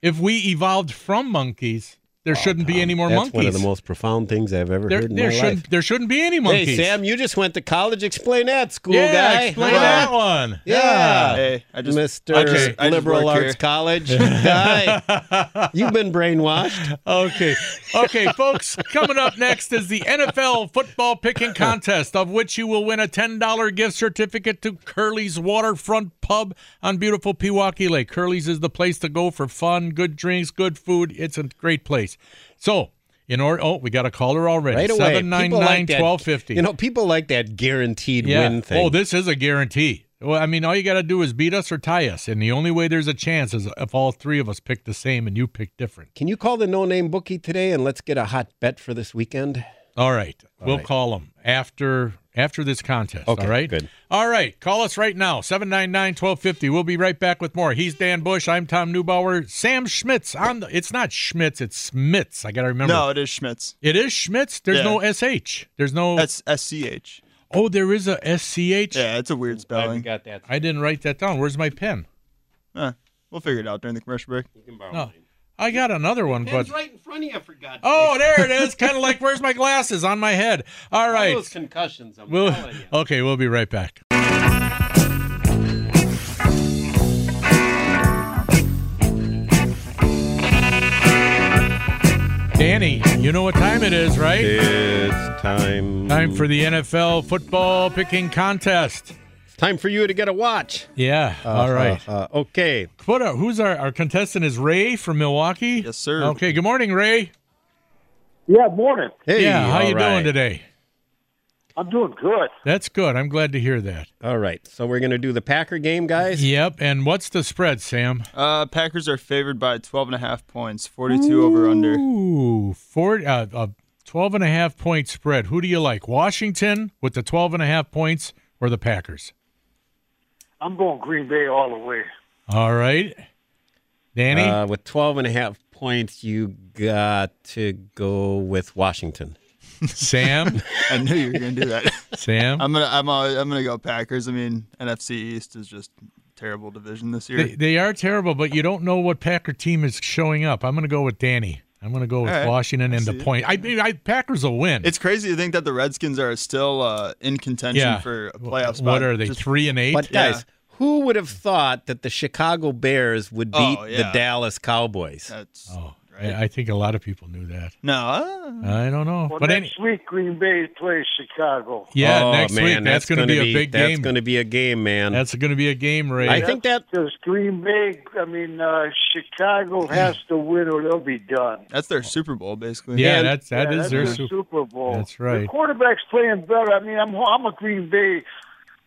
C: If we evolved from monkeys, There shouldn't be any more
D: Oh, That's
C: monkeys.
D: one of the most profound things I've ever
C: there
D: heard in
C: there
D: my
C: shouldn't
D: life.
C: there shouldn't be any monkeys.
D: Hey, Sam, you just went to college. Explain that, school
C: yeah,
D: guy.
C: explain
D: Huh?
C: that one.
D: Yeah.
E: Uh, Hey, I just
D: Mr.
E: I just- I just
D: Liberal
E: work
D: Arts
E: here.
D: College. Guy, you've been brainwashed.
C: Okay. Okay, folks, coming up next is the NFL football picking contest, of which you will win a $10 gift certificate to Curly's Waterfront Pub on beautiful Pewaukee Lake. Curly's is the place to go for fun, good drinks, good food. It's a great place. So, in order, oh, we got a caller already.
D: Right away. People like that-
C: 799-1250.
D: You know, people like that guaranteed
C: Yeah.
D: win thing.
C: Oh, this is a guarantee. Well, I mean, all you got to do is beat us or tie us, and the only way there's a chance is if all three of us pick the same and you pick different.
D: Can you call the no name bookie today and let's get a hot bet for this weekend?
C: All right. we'll
D: right.
C: call them after after this contest.
D: Okay,
C: all right.
D: good.
C: All right. Call us right now, 799-1250. We'll be right back with more. He's Dan Bush. I'm Tom Neubauer. Sam Schmitz on the it's not Schmitz, it's Schmitz. I gotta remember.
E: no, it is Schmitz.
C: It is Schmitz. There's
E: Yeah.
C: no SH. There's no
E: That's S C H.
C: Oh, there is a SCH.
E: Yeah, it's a weird spelling.
D: got that.
C: I didn't write that down. Where's my pen?
E: Huh. We'll figure it out during the commercial break.
C: No. I got another one, but
D: right in front of you, for God's
C: Oh, there it is. kind of like where's my glasses on my head. All right.
D: concussions, I'm
C: We'll, okay, we'll be right back. Danny, you know what time it is, right?
D: It's time.
C: Time for the NFL football picking contest.
D: Time for you to get a watch.
C: Yeah, all right.
D: Uh, uh, okay.
C: What are- who's our, our contestant is Ray from Milwaukee?
E: Yes, sir.
C: Okay, good morning, Ray.
G: Yeah, morning.
D: Hey,
C: yeah, how
D: all
C: you
D: right.
C: doing today?
G: I'm doing good.
C: That's good. I'm glad to hear that.
D: All right. So we're gonna do the Packer game, guys.
C: Yep, and what's the spread, Sam?
E: Uh, Packers are favored by 12 and a half points, 42 over under.
C: Ooh, four, uh, a 12 and a half point spread. Who do you like? Washington with the 12 and a half points or the Packers?
G: I'm going Green Bay all the way.
C: All right. Danny?
D: Uh, with 12 and a half points, you got to go with Washington.
C: Sam?
E: I knew you were gonna do that.
C: Sam?
E: I'm gonna I'm uh, I'm gonna go Packers. I mean, NFC East is just terrible division this year.
C: they, they are terrible, but you don't know what Packer team is showing up. I'm going to go with Danny. I'm going to go with
E: All right.
C: Washington and the point. I, I Packers will win.
E: It's crazy to think that the Redskins are still uh, in contention
C: yeah.
E: for a playoff spot.
C: What are they?
E: Just-
C: three and eight.
D: But
E: Yeah.
D: guys, who would have thought that the Chicago Bears would beat
E: Oh,
D: the
E: yeah.
D: Dallas Cowboys?
E: That's
C: oh, I-
E: right.
C: I, think a lot of people knew that.
E: no. uh,
C: I don't know,
G: Well,
C: but any,
G: next week Green Bay plays Chicago.
C: yeah,
D: Oh,
C: next
D: man,
C: week that's, going to be, a big
D: that's
C: game.
D: going to be a game, man.
C: that's going to be a game, Ray.
D: I think that
G: Because Green Bay, I mean uh,
C: Hmm.
G: Chicago, has to win or they'll be done.
E: That's their Super Bowl, basically.
C: Yeah,
D: And-
C: that's that is
G: Yeah, that's
C: their
G: their
C: super.
G: Super Bowl.
C: That's right.
G: The quarterback's playing better. I mean, I'm I'm a Green Bay.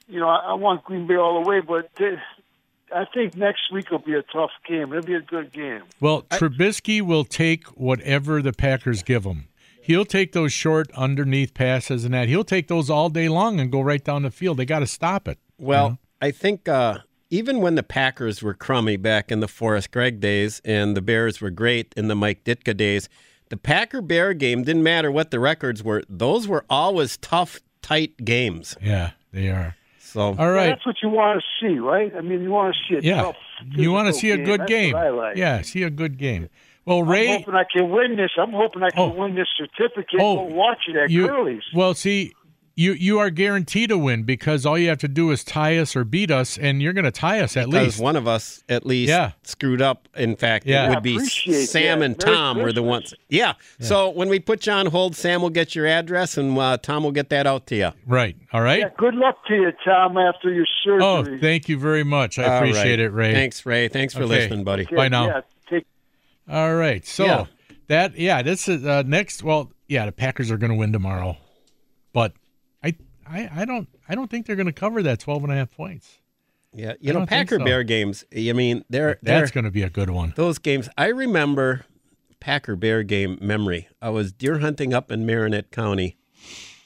G: You know, I, I want Green Bay all the way, but they, I think next week will be a tough game. It'll be a good game.
C: Well, Trubisky will take whatever the Packers give him. He'll take those short underneath passes and that. He'll take those all day long and go right down the field. They got to stop it.
D: Well, I think uh, even when the Packers were crummy back in the Forrest Gregg days and the Bears were great in the Mike Ditka days, the Packer Bear game didn't matter what the records were, those were always tough, tight games.
C: Yeah, they are.
D: So,
C: All
G: Well,
C: right.
G: that's what you want to see, right? I mean, you want to see a
C: Yeah.
G: tough.
C: You want to
G: physical
C: see a good
G: That's
C: game.
G: what I like.
C: Yeah, see a good game. Well,
G: I'm
C: Ray,
G: hoping I can win this. I'm hoping I can
C: Oh.
G: win this certificate.
C: Oh,
G: Oh, watch it at
C: you
G: Curly's.
C: Well, see, you you are guaranteed to win because all you have to do is tie us or beat us and you're going to tie us at
D: because
C: least.
D: one of us at least
C: Yeah.
D: screwed up. In fact,
C: Yeah.
D: it would be
G: Appreciate
D: Sam
G: that.
D: and
G: Merry
D: Tom were the
G: Christmas.
D: ones. Yeah. So when we put you on hold, Sam will get your address and uh, Tom will get that out to you.
C: Right. All right.
G: Yeah, good luck to you, Tom, after your surgery.
C: Oh, thank you very much. I
D: All
C: appreciate
D: right.
C: it, Ray.
D: Thanks, Ray. Thanks for
C: Okay.
D: listening, buddy.
G: Okay,
C: Bye now.
G: Yeah, take
C: All right. So
D: Yeah.
C: that yeah, this is uh, next. Well, yeah, the Packers are going to win tomorrow, but I, I I don't I don't think they're going to cover that 12 and a half points.
D: Yeah,
C: I
D: you know
C: don't think
D: Packer
C: so.
D: Bear games. I mean, they're they're
C: That's going to be a good one.
D: those games. I remember Packer Bear game memory. I was deer hunting up in Marinette County,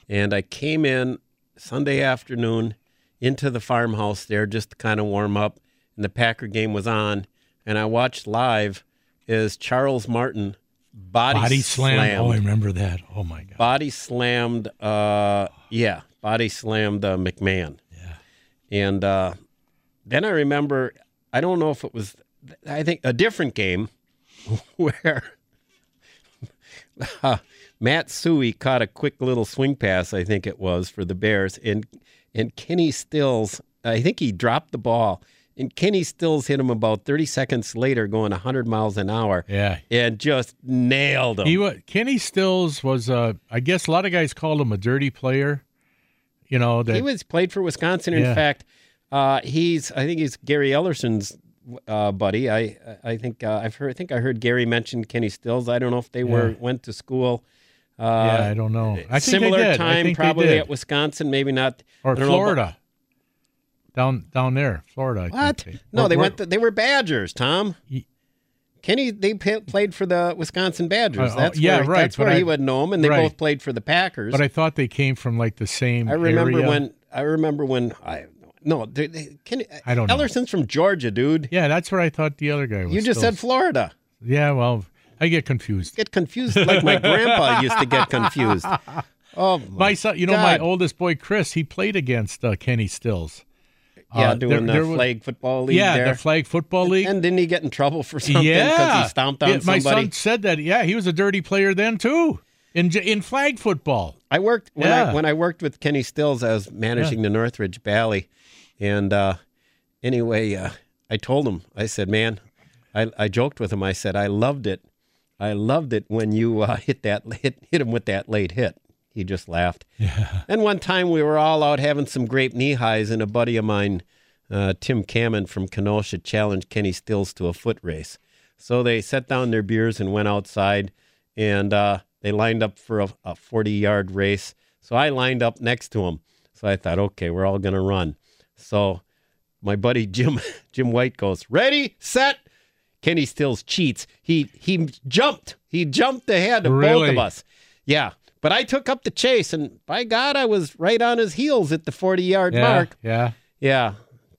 D: and I came in Sunday afternoon into the farmhouse there just to kind of warm up, and the Packer game was on, and I watched live as Charles Martin body,
C: Body slam.
D: slammed
C: Oh, I remember that. Oh my god.
D: body slammed uh yeah body slammed uh, mcmahon yeah and uh then i remember i don't know if it was i think a different game where uh, Matt Suey caught a quick little swing pass, I think it was, for the Bears, and and Kenny Stills, I think he dropped the ball, and Kenny Stills hit him about 30 seconds later, going 100 miles an hour,
C: Yeah.
D: and just nailed him.
C: He was, Kenny Stills was, uh, I guess a lot of guys called him a dirty player. You know, that
D: He was played for Wisconsin. In
C: Yeah.
D: fact, uh, he's I think he's Gary Ellerson's uh, buddy. I I think uh, I've heard I think I heard Gary mention Kenny Stills. I don't know if they were
C: Yeah.
D: went to school. Uh,
C: yeah, I don't know. I think
D: similar
C: they did.
D: time,
C: I think they
D: probably
C: did.
D: at Wisconsin. Maybe not I
C: or
D: don't know about-
C: Florida. Down down there, Florida. I think
D: What?
C: they-
D: No,
C: Where-
D: they
C: where-
D: went. To, they were Badgers, Tom.
C: Ye-
D: Kenny, they pa- played for the Wisconsin Badgers.
C: Uh, oh,
D: That's
C: yeah,
D: where,
C: right,
D: That's where
C: but
D: he
C: I-
D: would know them, and they
C: right.
D: both played for the Packers.
C: But I thought they came from like the same.
D: I remember
C: area.
D: when I remember when I no they, they, Kenny,
C: I don't know.
D: Ellerson's from Georgia, dude.
C: Yeah, that's where I thought the other guy was.
D: you just
C: still-
D: said Florida.
C: Yeah, well, I get confused.
D: Get confused like my grandpa used to get confused.
C: Uh,
D: Oh
C: My son, you know, my
D: God.
C: oldest boy Chris, he played against uh, Kenny Stills.
D: yeah,
C: uh,
D: doing
C: there-
D: the
C: there was-
D: flag football league
C: Yeah,
D: there.
C: the flag football league.
D: and didn't he get in trouble for something because
C: yeah,
D: he stomped on
C: Yeah, my
D: somebody?
C: son said that. Yeah, he was a dirty player then too in j- in flag football.
D: I worked when I
C: Yeah.
D: when I worked with Kenny Stills, I was managing the Northridge Valley, and uh, anyway, uh, I told him, I said, "Man, I, I joked with him. I said I loved it. I loved it when you uh, hit that hit hit him with that late hit." He just laughed. Yeah. And one time we were all out having some grape knee highs, and a buddy of mine, uh, Tim Cammon from Kenosha, challenged Kenny Stills to a foot race. So they set down their beers and went outside, and uh, they lined up for a 40 yard race. So I lined up next to him. So I thought, okay, we're all going to run. So my buddy Jim Jim White goes, ready, set. Kenny Stills cheats. He he jumped. He jumped ahead of both of
C: Really?
D: us. Yeah. But I took up the chase, and by God, I was right on his heels at the 40 yard
C: Yeah,
D: mark.
C: yeah.
D: Yeah,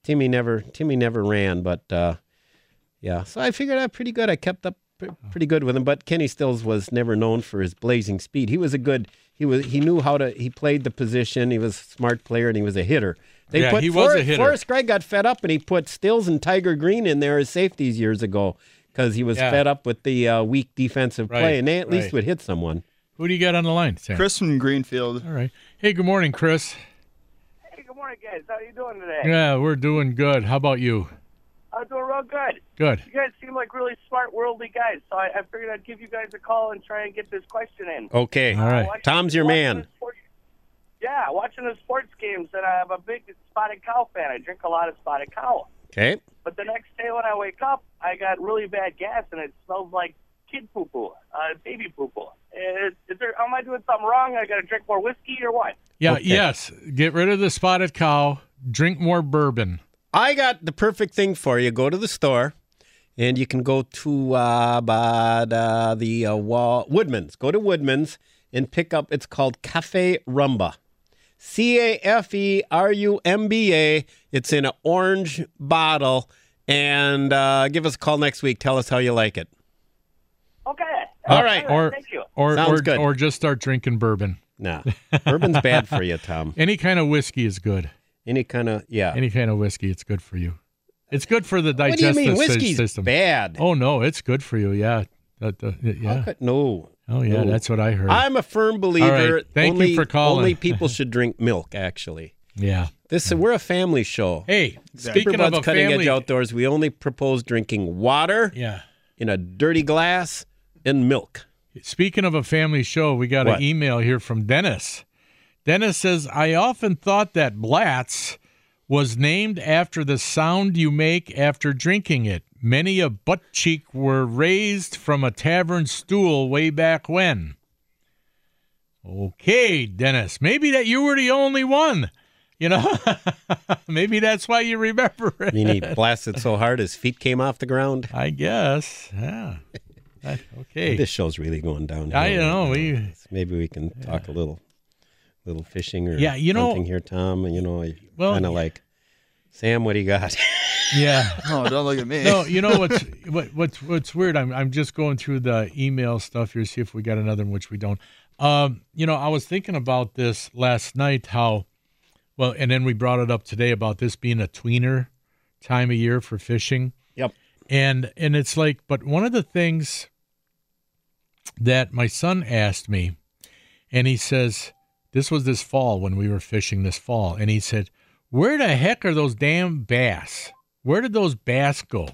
D: Timmy never Timmy never ran, but uh, yeah. So I figured out pretty good. I kept up pr- pretty good with him, but Kenny Stills was never known for his blazing speed. He was a good. He was he knew how to. He played the position. He was a smart player, and he was a hitter. They
C: Yeah,
D: put
C: he was a
D: Forrest-
C: hitter.
D: Forrest Gregg got fed up, and he put Stills and Tiger Green in there as safeties years ago because he was
C: Yeah.
D: fed up with the uh, weak defensive play,
C: Right,
D: and they at least
C: right.
D: would hit someone.
C: Who do you got on the line, Sam?
E: Chris from Greenfield.
C: All right. Hey, good morning, Chris.
H: Hey, good morning, guys. How are you doing today?
C: Yeah, we're doing good. How about you?
H: I'm doing real good.
C: Good.
H: You guys seem like really smart, worldly guys, so I, I figured I'd give you guys a call and try and get this question in.
D: Okay,
C: All right.
H: Watching-
D: Tom's your
H: watching
D: man.
H: the sport- yeah, watching the sports games, and I'm a big spotted cow fan. I drink a lot of spotted cow.
D: Okay,
H: But the next day when I wake up, I got really bad gas, and it smells like kid poo poo, uh, baby poo poo. Is, is there? Am I doing something wrong? I got to drink more whiskey or what?
C: Yeah,
D: Okay.
C: yes. Get rid of the spotted cow. Drink more bourbon.
D: I got the perfect thing for you. Go to the store, and you can go to uh, by the, the uh, wall, Woodman's. Go to Woodman's and pick up. It's called Cafe Rumba, C A F E R U M B A. It's in an orange bottle, and uh, give us a call next week. Tell us how you like it.
H: Okay.
D: All right,
C: or-
H: thank you.
C: Or
D: Sounds
C: or,
D: good.
C: or just start drinking bourbon.
D: Nah, bourbon's bad for you, Tom.
C: Any kind of whiskey is good.
D: Any kind of yeah.
C: Any kind of whiskey, it's good for you. It's good for the
D: what do you
C: digestive
D: mean
C: sys-
D: whiskey's
C: system.
D: bad?
C: Oh no, it's good for you. Yeah. That- that-
D: How
C: yeah.
D: could- no.
C: Oh yeah,
D: No.
C: that's what I heard.
D: I'm a firm believer.
C: right. Thank you
D: only,
C: for calling.
D: Only people should drink milk. Actually,
C: yeah.
D: this we're a family show.
C: Hey,
D: Super
C: speaking of
D: Bud's
C: a
D: cutting
C: family,
D: edge outdoors. We only propose drinking water
C: yeah.
D: in a dirty glass and milk.
C: Speaking of a family show, we got
D: What?
C: an email here from Dennis. Dennis says, "I often thought that Blatz was named after the sound you make after drinking it. Many a butt cheek were raised from a tavern stool way back when." Okay, Dennis. Maybe that you were the only one. You know, maybe that's why you remember
D: I
C: it.
D: mean, he blasted so hard his feet came off the ground.
C: I guess. Yeah. That- okay.
D: This show's really going downhill.
C: I don't know. We
D: Maybe we can talk a little, little fishing or
C: Yeah, you know-
D: hunting here, Tom. You know,
C: Well,
D: kind of like Sam. What do you got?
C: yeah.
E: Oh, don't look at me.
C: No, you know what's what, what's what's weird. I'm I'm just going through the email stuff here, see if we got another one, which we don't. Um, you know, I was thinking about this last night. How well, and then we brought it up today about this being a tweener time of year for fishing
D: yep.
C: and and it's like but one of the things that my son asked me, and he says, This was this fall when we were fishing this fall. And he said, Where the heck are those damn bass? Where did those bass go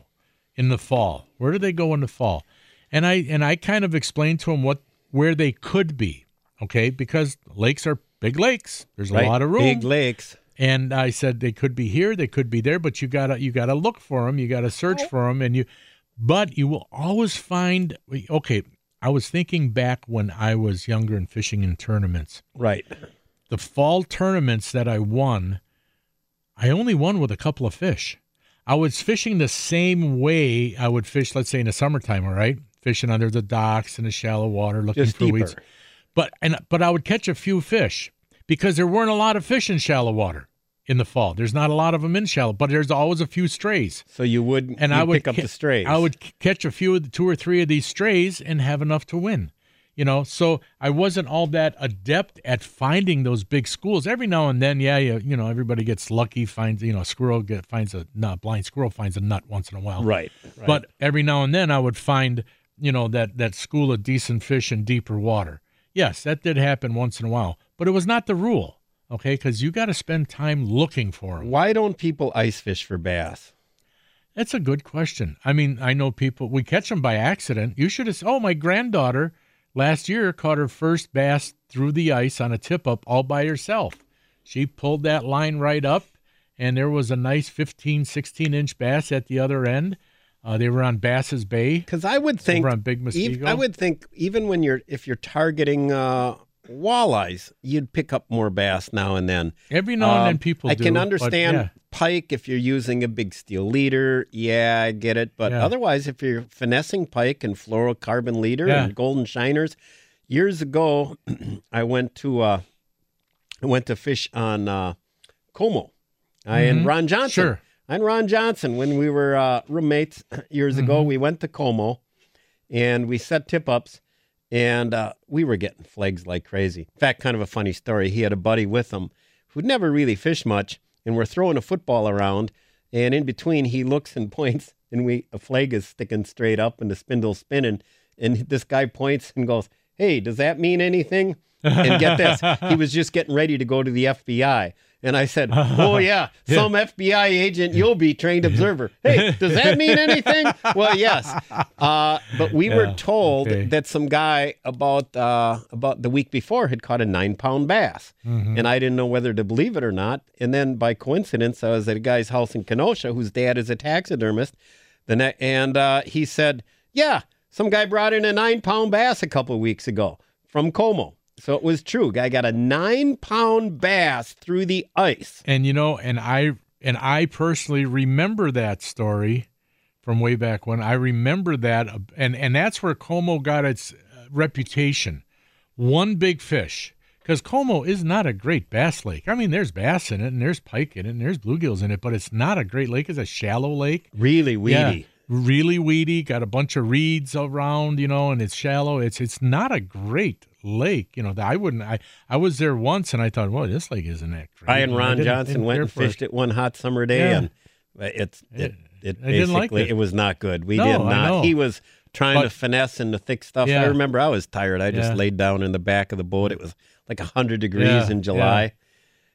C: in the fall? Where did they go in the fall? And I and I kind of explained to him what where they could be, okay? Because lakes are big lakes. There's a
D: Right?
C: lot of room.
D: Big lakes.
C: And I said they could be here, they could be there, but you gotta you gotta look for them, you gotta search for them, and you. But you will always find. Okay, I was thinking back when I was younger and fishing in tournaments.
D: Right.
C: The fall tournaments that I won, I only won with a couple of fish. I was fishing the same way I would fish, let's say in the summertime. All right, fishing under the docks in the shallow water, looking
D: Just
C: for
D: deeper.
C: weeds. But and but I would catch a few fish because there weren't a lot of fish in shallow water in the fall. There's not a lot of them in shallow, but there's always a few strays.
D: So you would
C: And I
D: you'd
C: would
D: pick up
C: ca-
D: the strays.
C: I would c- catch a few of the two or three of these strays and have enough to win. You know, so I wasn't all that adept at finding those big schools. Every now and then, yeah, you, you know, everybody gets lucky, finds you know, a squirrel get, finds a not blind squirrel finds a nut once in a while.
D: Right. right.
C: But every now and then I would find, you know, that, that school of decent fish in deeper water. Yes, that did happen once in a while, but it was not the rule, okay? Because you got to spend time looking for them.
D: why don't people ice fish for bass?
C: That's a good question. I mean, I know people, we catch them by accident. You should have, s- oh, my granddaughter last year caught her first bass through the ice on a tip up all by herself. She pulled that line right up, and there was a nice 15, 16 inch bass at the other end. Uh, they were on Bass's Bay.
D: Because I would think
C: Over on Big
D: ev-
C: Muskego?
D: I would think even when you're if you're targeting uh, walleyes, you'd pick up more bass now and then.
C: Every now and
D: Um,
C: then people
D: I
C: do,
D: can
C: but
D: understand
C: yeah.
D: pike if you're using a big steel leader. Yeah, I get it. But
C: Yeah.
D: otherwise, if you're finessing pike and fluorocarbon leader
C: Yeah.
D: and golden shiners, years ago, I went to uh, I went to fish on uh, Como. I and Ron Johnson.
C: Sure.
D: I and Ron Johnson when we were uh, roommates years ago. We went to Como, and we set tip ups and uh, we were getting flags like crazy. In fact, kind of a funny story. He had a buddy with him who'd never really fished much, and we're throwing a football around, and in between he looks and points, and we a flag is sticking straight up and the spindle spinning, and this guy points and goes, "Hey, does that mean anything?" And get this, he was just getting ready to go to the FBI. And I said, Oh, yeah, some FBI agent you'll be, trained observer. Hey, does that mean anything? well, yes. Uh, but we were
C: Yeah.
D: told
C: Okay.
D: that some guy about uh, about the week before had caught a nine pound bass,
C: Mm-hmm.
D: and I didn't know whether to believe it or not. And then by coincidence, I was at a guy's house in Kenosha whose dad is a taxidermist. The ne- and uh, he said, "Yeah, some guy brought in a nine pound bass a couple weeks ago from Como." So it was true. Guy got a nine pound bass through the ice.
C: And you know, and I and I personally remember that story from way back when. I remember that, uh, and and that's where Como got its uh, reputation. One big fish, because Como is not a great bass lake. I mean, there's bass in it, and there's pike in it, and there's bluegills in it, but it's not a great lake. It's a shallow lake.
D: Really weedy.
C: Yeah, really weedy. Got a bunch of reeds around, you know, and it's shallow. It's it's not a great lake, you know. that I wouldn't. I I was there once, and I thought, well, this lake isn't that great.
D: I and
C: You know,
D: Ron
C: didn't-
D: Johnson
C: didn't
D: went
C: care
D: and
C: for it.
D: fished it one hot summer day,
C: Yeah.
D: and uh, it's it it,
C: I didn't like
D: basically
C: it.
D: it. was not good. We
C: No,
D: did
C: I know.
D: not. He was trying to
C: But-
D: finesse in the thick stuff. I
C: Yeah.
D: remember I was tired. I just
C: Yeah.
D: laid down in the back of the boat. It was like hundred degrees
C: Yeah,
D: in July.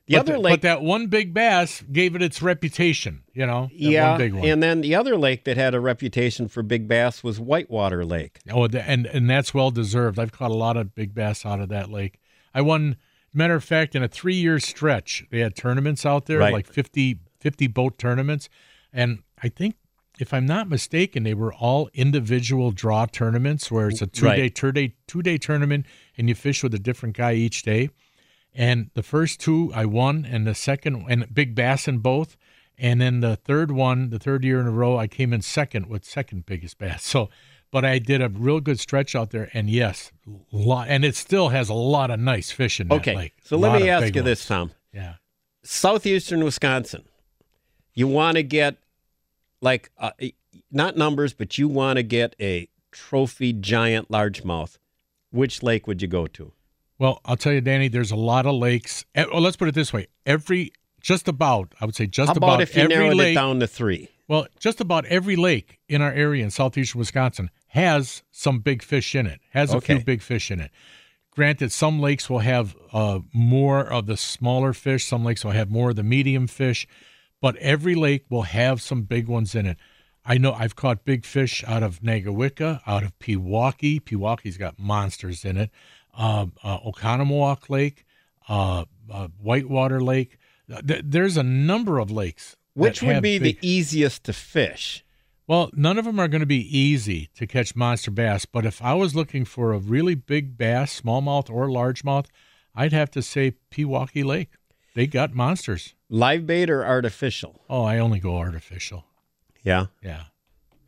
D: The
C: but
D: other
C: th-
D: lake,
C: but that one big bass gave it its reputation, you know. that
D: yeah,
C: one big one.
D: and then the other lake that had a reputation for big bass was Whitewater Lake.
C: Oh, the, and and that's well deserved. I've caught a lot of big bass out of that lake. I won. Matter of fact, in a three-year stretch, they had tournaments out there,
D: Right.
C: like 50, 50 boat tournaments, and I think, if I'm not mistaken, they were all individual draw tournaments where it's a two-day,
D: Right.
C: two-day, two-day tournament, and you fish with a different guy each day. And the first two I won, and the second and big bass in both. And then the third one, the third year in a row, I came in second with second biggest bass. So, but I did a real good stretch out there, and yes, lot, and it still has a lot of nice fish in that
D: Okay,
C: lake.
D: so
C: A
D: let
C: lot
D: me
C: of
D: ask
C: big
D: you
C: ones.
D: this, Tom.
C: Yeah,
D: southeastern Wisconsin, you want to get like uh, not numbers, but you want to get a trophy giant largemouth. Which lake would you go to?
C: well, I'll tell you, Danny, there's a lot of lakes. Eh, Well, let's put it this way: every just about, I would say, just
D: How about, if you
C: every
D: narrowed
C: lake
D: it down to three?
C: Well, just about every lake in our area in southeastern Wisconsin has some big fish in it, has a few
D: Okay.
C: big fish in it. Granted, some lakes will have uh, more of the smaller fish, some lakes will have more of the medium fish, but every lake will have some big ones in it. I know I've caught big fish out of Nagawicca, out of Pewaukee. Pewaukee's got monsters in it. Um uh, Oconomowoc Lake, uh, uh, Whitewater Lake. Th- there's a number of lakes. that
D: Which would
C: have
D: be
C: big-
D: the easiest to fish?
C: well, none of them are going to be easy to catch monster bass, but if I was looking for a really big bass, smallmouth or largemouth, I'd have to say Pewaukee Lake. They got monsters.
D: Live bait or artificial?
C: Oh, I only go artificial.
D: Yeah.
C: Yeah.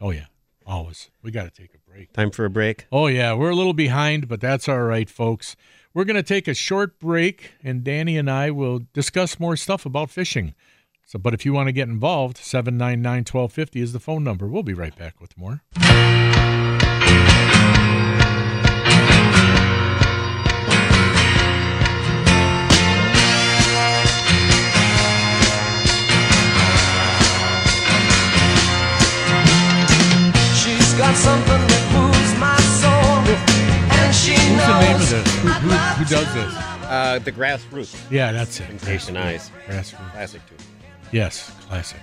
C: Oh, yeah. Always. We got to take a break.
D: Time for a break.
C: Oh, yeah. We're a little behind, but that's all right, folks. We're going to take a short break, and Danny and I will discuss more stuff about fishing. So, but if you want to get involved, 799 1250 is the phone number. We'll be right back with more.
I: She's got something that moves my soul. And she
C: Who's the name of
I: knows.
C: this? Who, who, who does this?
D: Uh, the grassroots.
C: Yeah, that's it.
D: Temptation Eyes.
C: Grassroots.
D: Classic tune.
C: Yes, classic.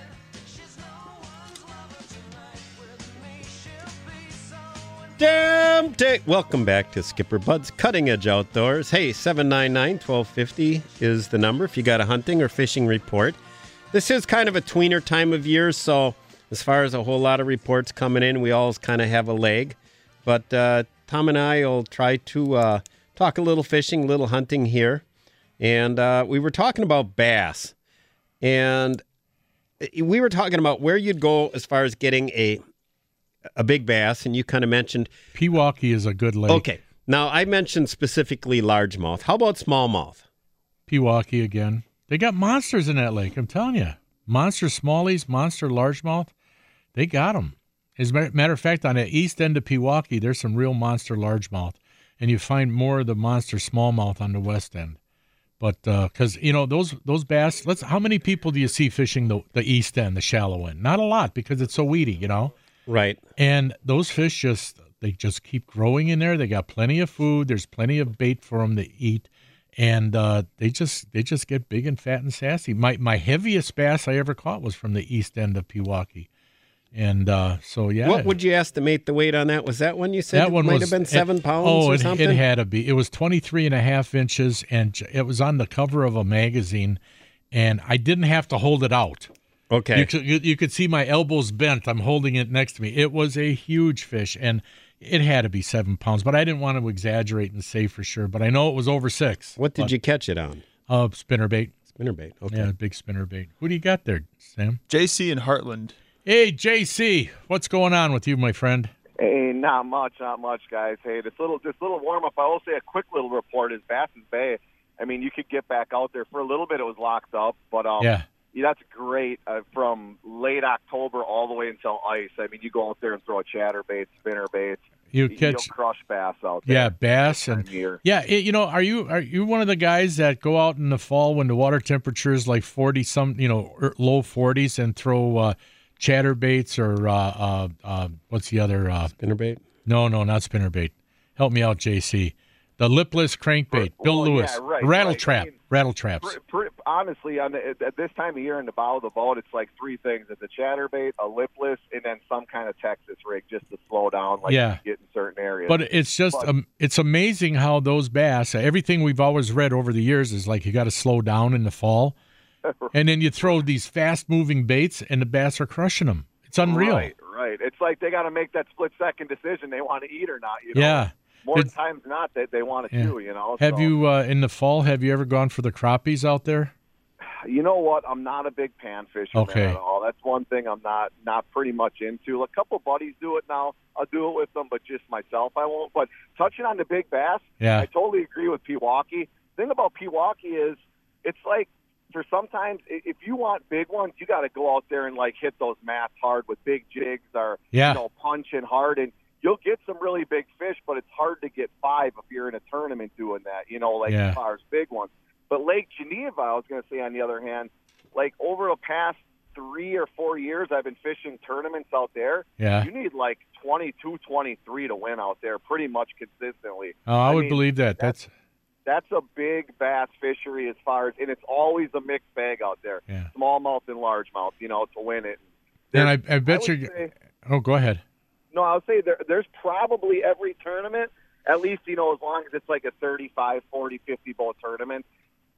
D: Damn day. Welcome back to Skipper Bud's Cutting Edge Outdoors. Hey, 799 1250 is the number if you got a hunting or fishing report. This is kind of a tweener time of year, so as far as a whole lot of reports coming in, we all kind of have a leg. But uh, Tom and I will try to uh, talk a little fishing, a little hunting here. And uh, we were talking about bass. And we were talking about where you'd go as far as getting a a big bass and you kind of mentioned
C: Pewaukee is a good lake.
D: Okay. Now I mentioned specifically largemouth. How about smallmouth?
C: Pewaukee again. They got monsters in that lake. I'm telling you, monster smallies, monster largemouth. They got them. As a ma- matter of fact, on the east end of Pewaukee, there's some real monster largemouth, and you find more of the monster smallmouth on the west end. But because you know those those bass, let's. How many people do you see fishing the the east end, the shallow end? Not a lot because it's so weedy, you know.
D: Right.
C: And those fish just they just keep growing in there. They got plenty of food. There's plenty of bait for them to eat, and uh, they just they just get big and fat and sassy. My my heaviest bass I ever caught was from the east end of Pewaukee, and uh, so yeah.
D: What would you estimate the weight on that? Was that one you said
C: that
D: it
C: one
D: might
C: was,
D: have been
C: it-
D: seven pounds
C: oh,
D: or
C: it,
D: something?
C: it had to be. It was 23 and a half inches, and j- it was on the cover of a magazine, and I didn't have to hold it out.
D: okay.
C: You could, you, you could see my elbows bent. I'm holding it next to me. It was a huge fish, and it had to be seven pounds, but I didn't want to exaggerate and say for sure. But I know it was over six.
D: what did you catch it on?
C: Uh, spinnerbait.
D: Spinnerbait. Okay.
C: Yeah, big spinnerbait. Who do you got there, Sam?
E: JC and Heartland.
C: Hey, JC, what's going on with you, my friend?
J: Hey, not much, not much, guys. Hey, this little this little warm up. I will say a quick little report is Bass's Bay. I mean, you could get back out there for a little bit. It was locked up, but
D: Oh.
J: um,
C: yeah.
J: yeah, that's great uh, from late October all the way until ice. I mean, you go out there and throw chatterbait, spinnerbait.
C: You
J: You'll
C: catch,
J: crush bass out there.
C: yeah, bass and
J: Year.
C: Yeah, it, you know, are you are you one of the guys that go out in the fall when the water temperature is like forty some, you know, er, low forties, and throw uh, chatterbaits or uh, uh, uh, what's the other? Uh,
D: Spinnerbait.
C: no, no, not spinnerbait. Help me out, JC. The lipless crankbait, Bill
J: Well, yeah,
C: Lewis,
J: right,
C: rattle
J: right.
C: trap,
J: I mean,
C: rattle traps.
J: Pre- pre- honestly, on the, at- at this time of year in the bow of the boat, it's like three things: it's a chatterbait, a lipless, and then some kind of Texas rig just to slow down, like
C: Yeah.
J: you get in certain areas.
C: But it's just um, it's amazing how those bass. Everything we've always read over the years is like you got to slow down in the fall, and then you throw these fast moving baits, and the bass are crushing them. It's unreal.
J: Right, right. It's like they got to make that split second decision they want to eat or not. You know?
C: Yeah.
J: More
C: It's-
J: times than not that they want to
C: Yeah.
J: chew. You know.
C: Have
J: So,
C: you uh, in the fall? Have you ever gone for the crappies out there?
J: You know what? I'm not a big pan fisherman
C: Okay.
J: at all. That's one thing I'm not not pretty much into. A couple buddies do it now. I'll do it with them, but just myself, I won't. But touching on the big bass,
C: Yeah,
J: I totally agree with Pewaukee. Thing about Pewaukee is it's like for sometimes i- if you want big ones, you got to go out there and like hit those mats hard with big jigs or
C: Yeah.
J: you know punching hard, and you'll get some really big fish. But it's hard to get five if you're in a tournament doing that. You know, like
C: Yeah.
J: as far as big ones. But Lake Geneva, I was going to say on the other hand, like over the past three or four years I've been fishing tournaments out there.
C: Yeah.
J: You need like 22, 23 to win out there pretty much consistently.
C: Oh, I, would
J: mean,
C: believe that. That's
J: that's a big bass fishery as far as, and it's always a mixed bag out there.
C: Yeah.
J: Smallmouth and largemouth, you know, to win it.
C: and I, I bet
J: would
C: you.
J: say-
C: Oh, go ahead.
J: No, I'll say there, there's probably every tournament, at least, you know, as long as it's like a 35, 40, 50 bowl tournament,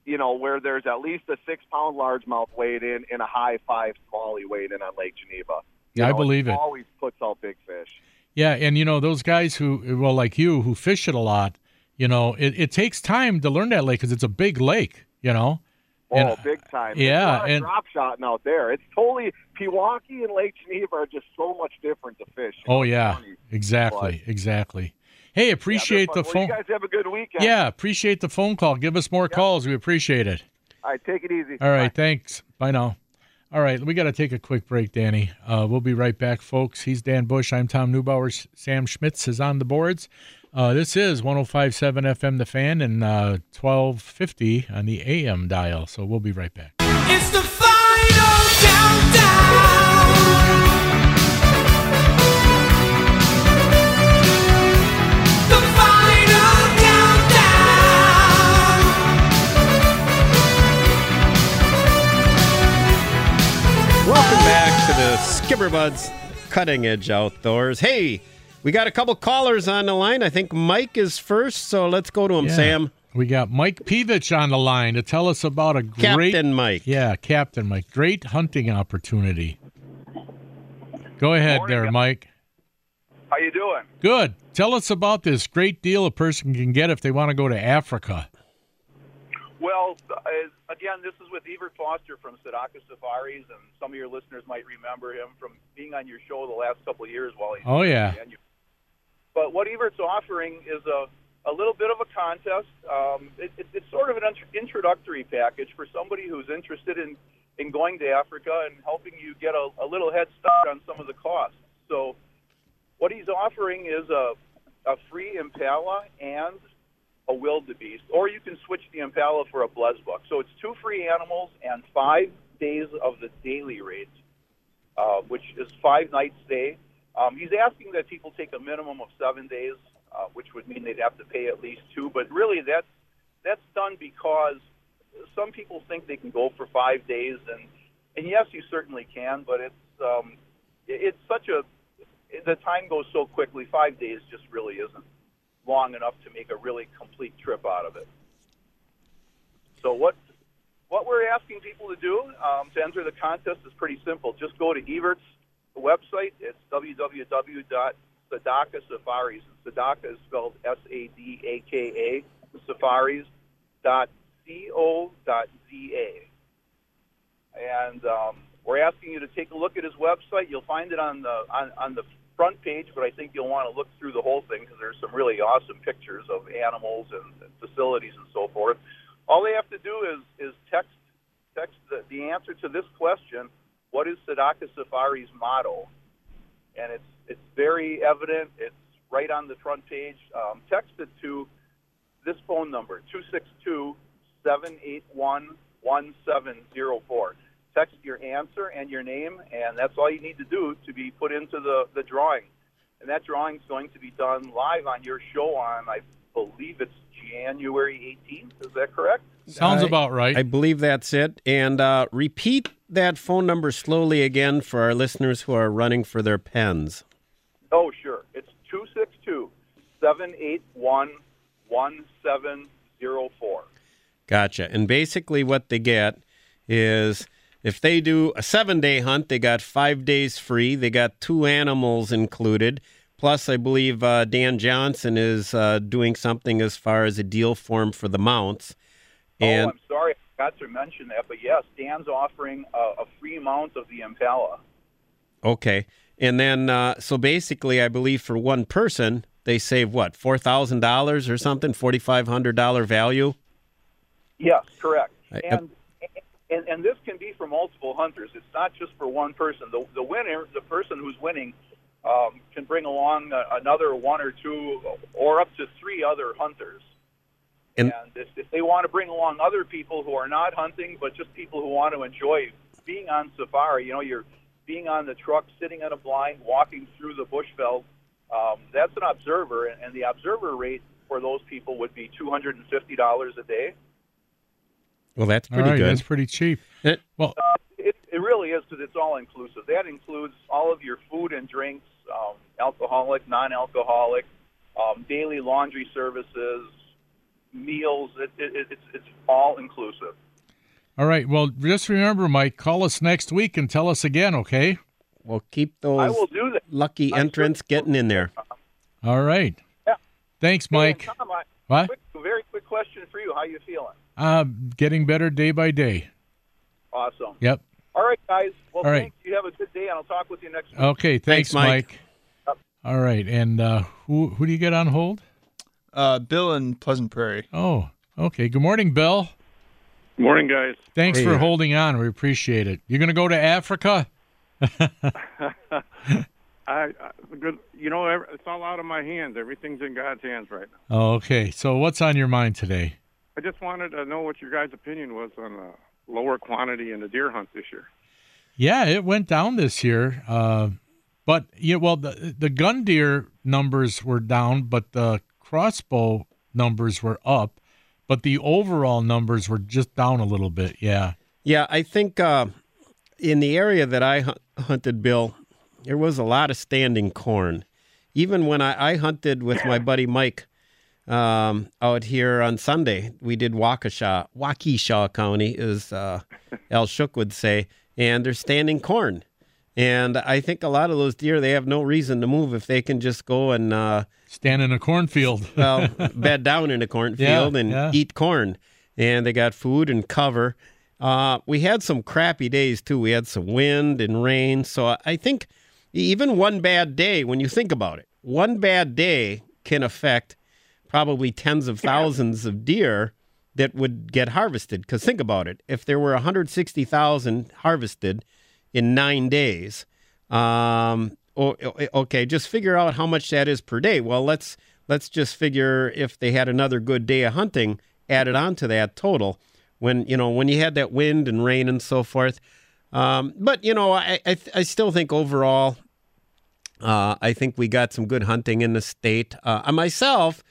J: you know, where there's at least a six pound largemouth weighed in and a high five smallie weighed in on Lake Geneva. You
C: Yeah, I
J: know,
C: believe it.
J: Always puts out big fish.
C: Yeah, and you know those guys who, well, like you, who fish it a lot. You know, it, it takes time to learn that lake because it's a big lake. You know.
J: Oh,
C: And-
J: big time.
C: yeah,
J: There's a lot of
C: and-
J: drop shotting out there. It's totally, Pewaukee and Lake Geneva are just so much different to fish.
C: Oh yeah, exactly, exactly. Hey, appreciate the
J: Well,
C: phone.
J: You guys have a good weekend.
C: yeah, appreciate the phone call. Give us more calls. We appreciate it.
J: All right, take it easy.
C: All right, thanks. Bye now. All right, we got to take a quick break, Danny. Uh, we'll be right back, folks. He's Dan Bush. I'm Tom Neubauer. S- Sam Schmitz is on the boards. Uh, this is 1057 FM The Fan and uh, 1250 on the AM dial. So we'll be right back.
I: It's the final countdown. The final countdown.
D: Welcome back to the Skipperbud's Cutting Edge Outdoors. Hey, we got a couple callers on the line. I think Mike is first, so let's go to him,
C: Yeah.
D: Sam.
C: We got Mike Pivich on the line to tell us about a great
D: Captain Mike.
C: Yeah, Captain Mike. Great hunting opportunity. Go ahead
K: Morning,
C: there,
K: guys.
C: Mike.
K: How you doing?
C: Good. Tell us about this great deal a person can get if they want to go to Africa.
K: Well, uh, again, this is with Evert Foster from Sadaka Safaris, and some of your listeners might remember him from being on your show the last couple of years while he's
C: Oh, yeah.
K: But what Evert's offering is a a little bit of a contest. Um, it, it, it's sort of an intro- introductory package for somebody who's interested in in going to Africa and helping you get a, a little head start on some of the costs. So, what he's offering is a a free impala and a wildebeest, or you can switch the impala for a blesbuck. So it's two free animals and five days of the daily rates, uh, which is five nights stay. Um, he's asking that people take a minimum of seven days, uh, which would mean they'd have to pay at least two. But really, that's that's done because some people think they can go for five days, and and yes, you certainly can, but it's um, it, it's such a the time goes so quickly. Five days just really isn't long enough to make a really complete trip out of it. So what what we're asking people to do um, to enter the contest is pretty simple. Just go to Evert's website. It's www.sadaka safaris. Sadaka is spelled S A D A K A safaris dot c o dot z a. And um, we're asking you to take a look at his website. You'll find it on the on, on the front page, but I think you'll want to look through the whole thing because there's some really awesome pictures of animals and, and facilities and so forth. All they have to do is is text text the, the answer to this question: What is Sadaka Safari's motto? And it's it's very evident. It's right on the front page. Um, text it to this phone number 262 781 1704. Text your answer and your name, and that's all you need to do to be put into the, the drawing. And that drawing's going to be done live on your show on, I believe it's January 18th. Is that correct?
C: Sounds
D: I-
C: about right.
D: I believe that's it. And uh, repeat that phone number slowly again for our listeners who are running for their pens.
K: Oh, sure. It's 262 781 1704.
D: Gotcha. And basically, what they get is if they do a seven day hunt, they got five days free. They got two animals included. Plus, I believe uh, Dan Johnson is uh, doing something as far as a deal form for the mounts. And
K: oh, I'm sorry, I forgot to mention that, but yes, Dan's offering a, a free mount of the Impala.
D: okay. And then, uh, so basically, I believe for one person, they save what, $4,000 or something, $4,500 value?
K: Yes, correct.
D: I-
K: and, and and this can be for multiple hunters. It's not just for one person. The the winner, the person who's winning, um, can bring along a, another one or two, or up to three other hunters.
D: And-
K: And if, if they want to bring along other people who are not hunting, but just people who want to enjoy being on safari, you know, you're being on the truck, sitting on a blind, walking through the bush belt. Um, that's an observer, and, and the observer rate for those people would be two hundred and fifty dollars a day.
D: Well, that's
C: All
D: pretty
C: right,
D: good. Eh,
C: That's pretty cheap. well,
K: It, it really is because it's all inclusive. That includes all of your food and drinks, um, alcoholic, non-alcoholic, um, daily laundry services, meals. It, it, it's it's all inclusive.
C: all right. Well, just remember, Mike, call us next week and tell us again, okay?
D: Well, keep those
K: I will do that.
D: lucky entrants getting in there.
C: All right.
K: Yeah.
C: Thanks, Mike.
K: Tom, I,
C: What?
K: Quick, very quick question for you. How you feeling?
C: Uh, getting better day by day.
K: Awesome.
C: Yep.
K: All right, guys. Well,
C: All right.
K: thanks. You have a good day, and I'll talk with you next week.
C: Okay. Thanks,
D: Thanks, Mike.
C: Mike. All right. And uh, who who do you get on hold?
E: Uh, Bill in Pleasant Prairie.
C: Oh, okay. Good morning, Bill.
L: Morning, guys.
C: Thanks
E: Hey
C: for
E: there.
C: holding on. We appreciate it. You're going to go to Africa?
L: I, I good. You know, ev- it's all out of my hands. Everything's in God's hands right now.
C: Oh, okay. So, what's on your mind today?
L: I just wanted to know what your guys' opinion was on uh, lower quantity in the deer hunt this year.
C: Yeah, it went down this year. Uh, but yeah, well, the the gun deer numbers were down, but the crossbow numbers were up, but the overall numbers were just down a little bit. Yeah.
D: Yeah, I think uh, in the area that I hunt- hunted, Bill, there was a lot of standing corn. Even when I, I hunted with my buddy Mike um, out here on Sunday, we did Waukesha, Waukesha County, as uh, El Shook would say, and they're standing corn. And I think a lot of those deer, they have no reason to move if they can just go and uh,
C: stand in a cornfield.
D: well, bed down in a cornfield
C: Yeah,
D: and
C: yeah.
D: eat corn. And they got food and cover. Uh, we had some crappy days too. We had some wind and rain. So I- I think e-, even one bad day, when you think about it, one bad day can affect probably tens of thousands of deer that would get harvested. Because think about it if there were 160,000 harvested in nine days, um, o- o- okay, just figure out how much that is per day. Well, let's let's just figure if they had another good day of hunting added on to that total. When you know when you had that wind and rain and so forth, um, but you know I I, I still think overall uh, I think we got some good hunting in the state. Uh, I myself,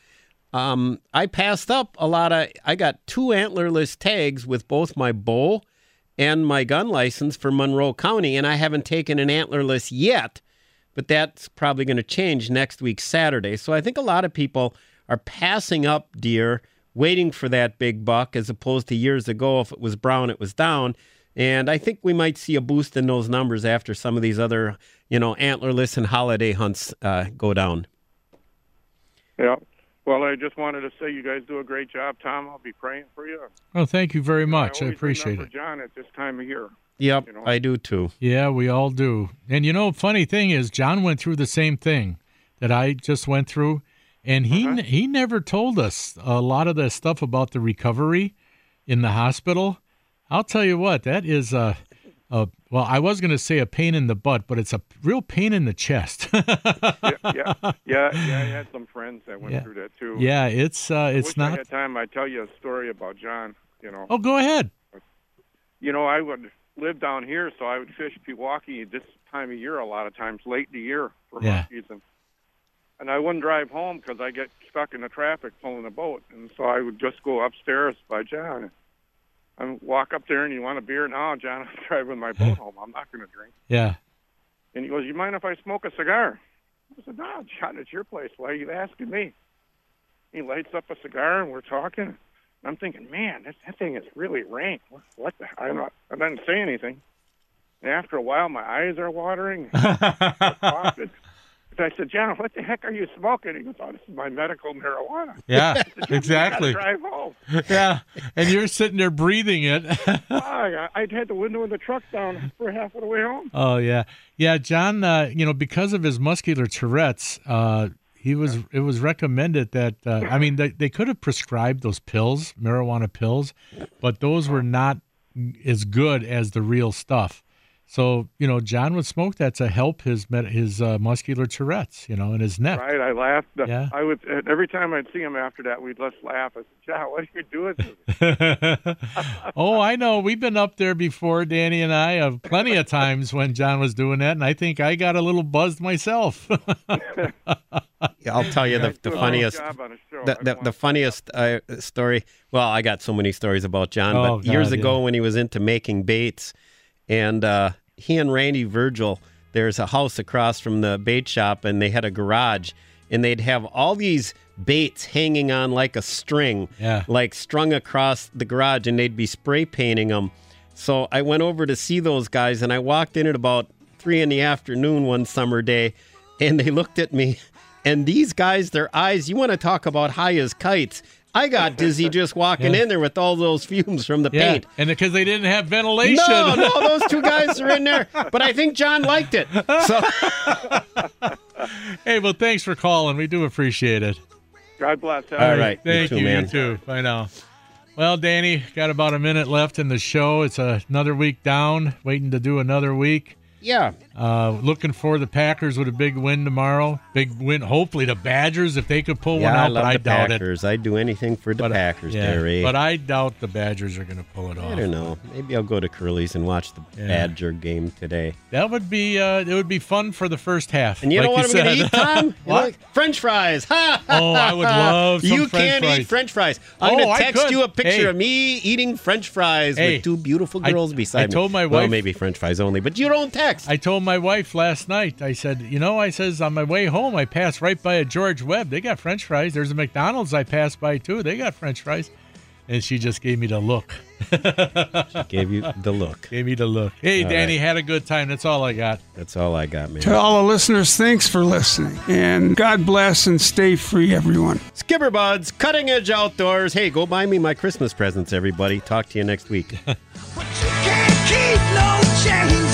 D: um, I passed up a lot of. I got two antlerless tags with both my bow and my gun license for Monroe County, and I haven't taken an antlerless yet. But that's probably going to change next week, Saturday. So I think a lot of people are passing up deer, waiting for that big buck, as opposed to years ago, if it was brown, it was down. And I think we might see a boost in those numbers after some of these other, you know, antlerless and holiday hunts uh, go down.
L: Yeah. Well, I just wanted to say you guys do a great job, Tom. I'll be praying for you.
C: Well, thank you very much. I,
L: Always
C: appreciate
L: remember
C: it.
L: John at this time of year.
D: Yep, I do too.
C: Yeah, we all do. And you know, funny thing is, John went through the same thing that I just went through, and he
L: Uh-huh.
C: he never told us a lot of the stuff about the recovery in the hospital. I'll tell you what, that is a, a well, I was going to say a pain in the butt, but it's a real pain in the chest.
L: yeah, yeah, yeah. I had some friends that went
C: Yeah.
L: through that too.
C: yeah, it's uh,
L: I
C: it's
L: wish
C: not.
L: I had time. I tell you a story about John. You know.
C: Oh, go ahead.
L: you know, I would live down here, so I would fish Pewaukee this time of year a lot of times, late in the year for
C: Yeah.
L: hunt season. And I wouldn't drive home because I get stuck in the traffic pulling a boat, and so I would just go upstairs by John. I walk up there and you want a beer now, John? I'm driving my boat home. I'm not going to drink.
C: Yeah.
L: And he goes, "You mind if I smoke a cigar?" I said, "No, John, it's your place. Why are you asking me?" He lights up a cigar and we're talking. And I'm thinking, "Man, that, that thing is really rank. What, what the? I'm not. I didn't say anything." And after a while, my eyes are watering. I coughed it. I said, "John, what the heck are you smoking?" He goes, "Oh, this is my medical marijuana."
C: Yeah,
L: I said, "John, you
C: exactly.
L: gotta Drive home.
C: yeah, and you're sitting there breathing it.
L: I, I'd had the window in the truck down for half of the way home.
C: Oh yeah, yeah. John, uh, you know, because of his muscular Tourette's, uh, he was. It was recommended that. Uh, I mean, they, they could have prescribed those pills, marijuana pills, but those were not as good as the real stuff. So you know, John would smoke that to help his med- his uh, muscular Tourette's, you know, and his neck.
L: Right, I laughed.
C: Yeah.
L: I would and every time I'd see him after that, we'd just laugh. I said, "John, what are you doing?" to me?"
C: oh, I know. We've been up there before, Danny and I, of plenty of times when John was doing that, and I think I got a little buzzed myself.
D: Yeah, I'll tell you the,
C: guys do
D: the
C: a great
D: funniest
C: job on the show.
D: the, the, the funniest uh, story. Well, I got so many stories about John,
C: Oh,
D: but years
C: God,
D: ago when he was into making baits, and uh, he and Randy Virgil, there's a house across from the bait shop, and they had a garage, and they'd have all these baits hanging on like a string,
C: Yeah.
D: like strung across the garage, and they'd be spray painting them. So I went over to see those guys, and I walked in at about three in the afternoon one summer day, and they looked at me. And these guys, their eyes, you want to talk about high as kites. I got dizzy just walking
C: Yeah.
D: in there with all those fumes from the
C: yeah,
D: paint.
C: and because they didn't have ventilation.
D: No, no, those two guys are in there, but I think John liked it. So
C: hey, well, thanks for calling. We do appreciate it.
L: God bless.
C: All right,
D: you
C: Thank
D: too,
C: you,
D: man.
C: you too. I know. Well, Danny, got about a minute left in the show. It's uh, another week down, waiting to do another week.
D: yeah,
C: Uh, looking for the Packers with a big win tomorrow. Big win, hopefully the Badgers if they could pull one
D: yeah, I
C: out, but
D: love
C: I
D: the
C: doubt it.
D: Packers. I'd do anything for the Packers,
C: Yeah,
D: Derry.
C: but I doubt the Badgers are going to pull it off.
D: I don't know. Maybe I'll go to Curly's and watch the
C: Yeah.
D: Badger game today.
C: That would be uh, it would be fun for the first half.
D: And you
C: like
D: know what I'm
C: said.
D: going to eat, Tom? You
C: What?
D: like French fries. Ha! ha,
C: Oh, I would
D: ha.
C: love some
D: You
C: French
D: can't eat
C: fries.
D: French fries. I'm
C: Oh,
D: going
C: I
D: to text
C: could.
D: you a picture
C: Hey.
D: of me eating French fries
C: Hey,
D: with two beautiful
C: I-
D: girls beside
C: I
D: me.
C: told my
D: Well,
C: wife-
D: maybe French fries only, but you don't text.
C: I told my wife last night, I said, you know, I says, on my way home, I passed right by a George Webb. They got french fries. There's a McDonald's I passed by too. They got french fries. And she just gave me the look.
D: Gave you the look.
C: Gave me the look. Hey,
D: All
C: Danny, had a good time. That's all I got.
D: That's all I got, man.
M: To all the listeners, thanks for listening. And God bless and stay free, everyone.
D: Skipper Buds, Cutting Edge Outdoors. Hey, go buy me my Christmas presents, everybody. Talk to you next week.
I: Keep no change.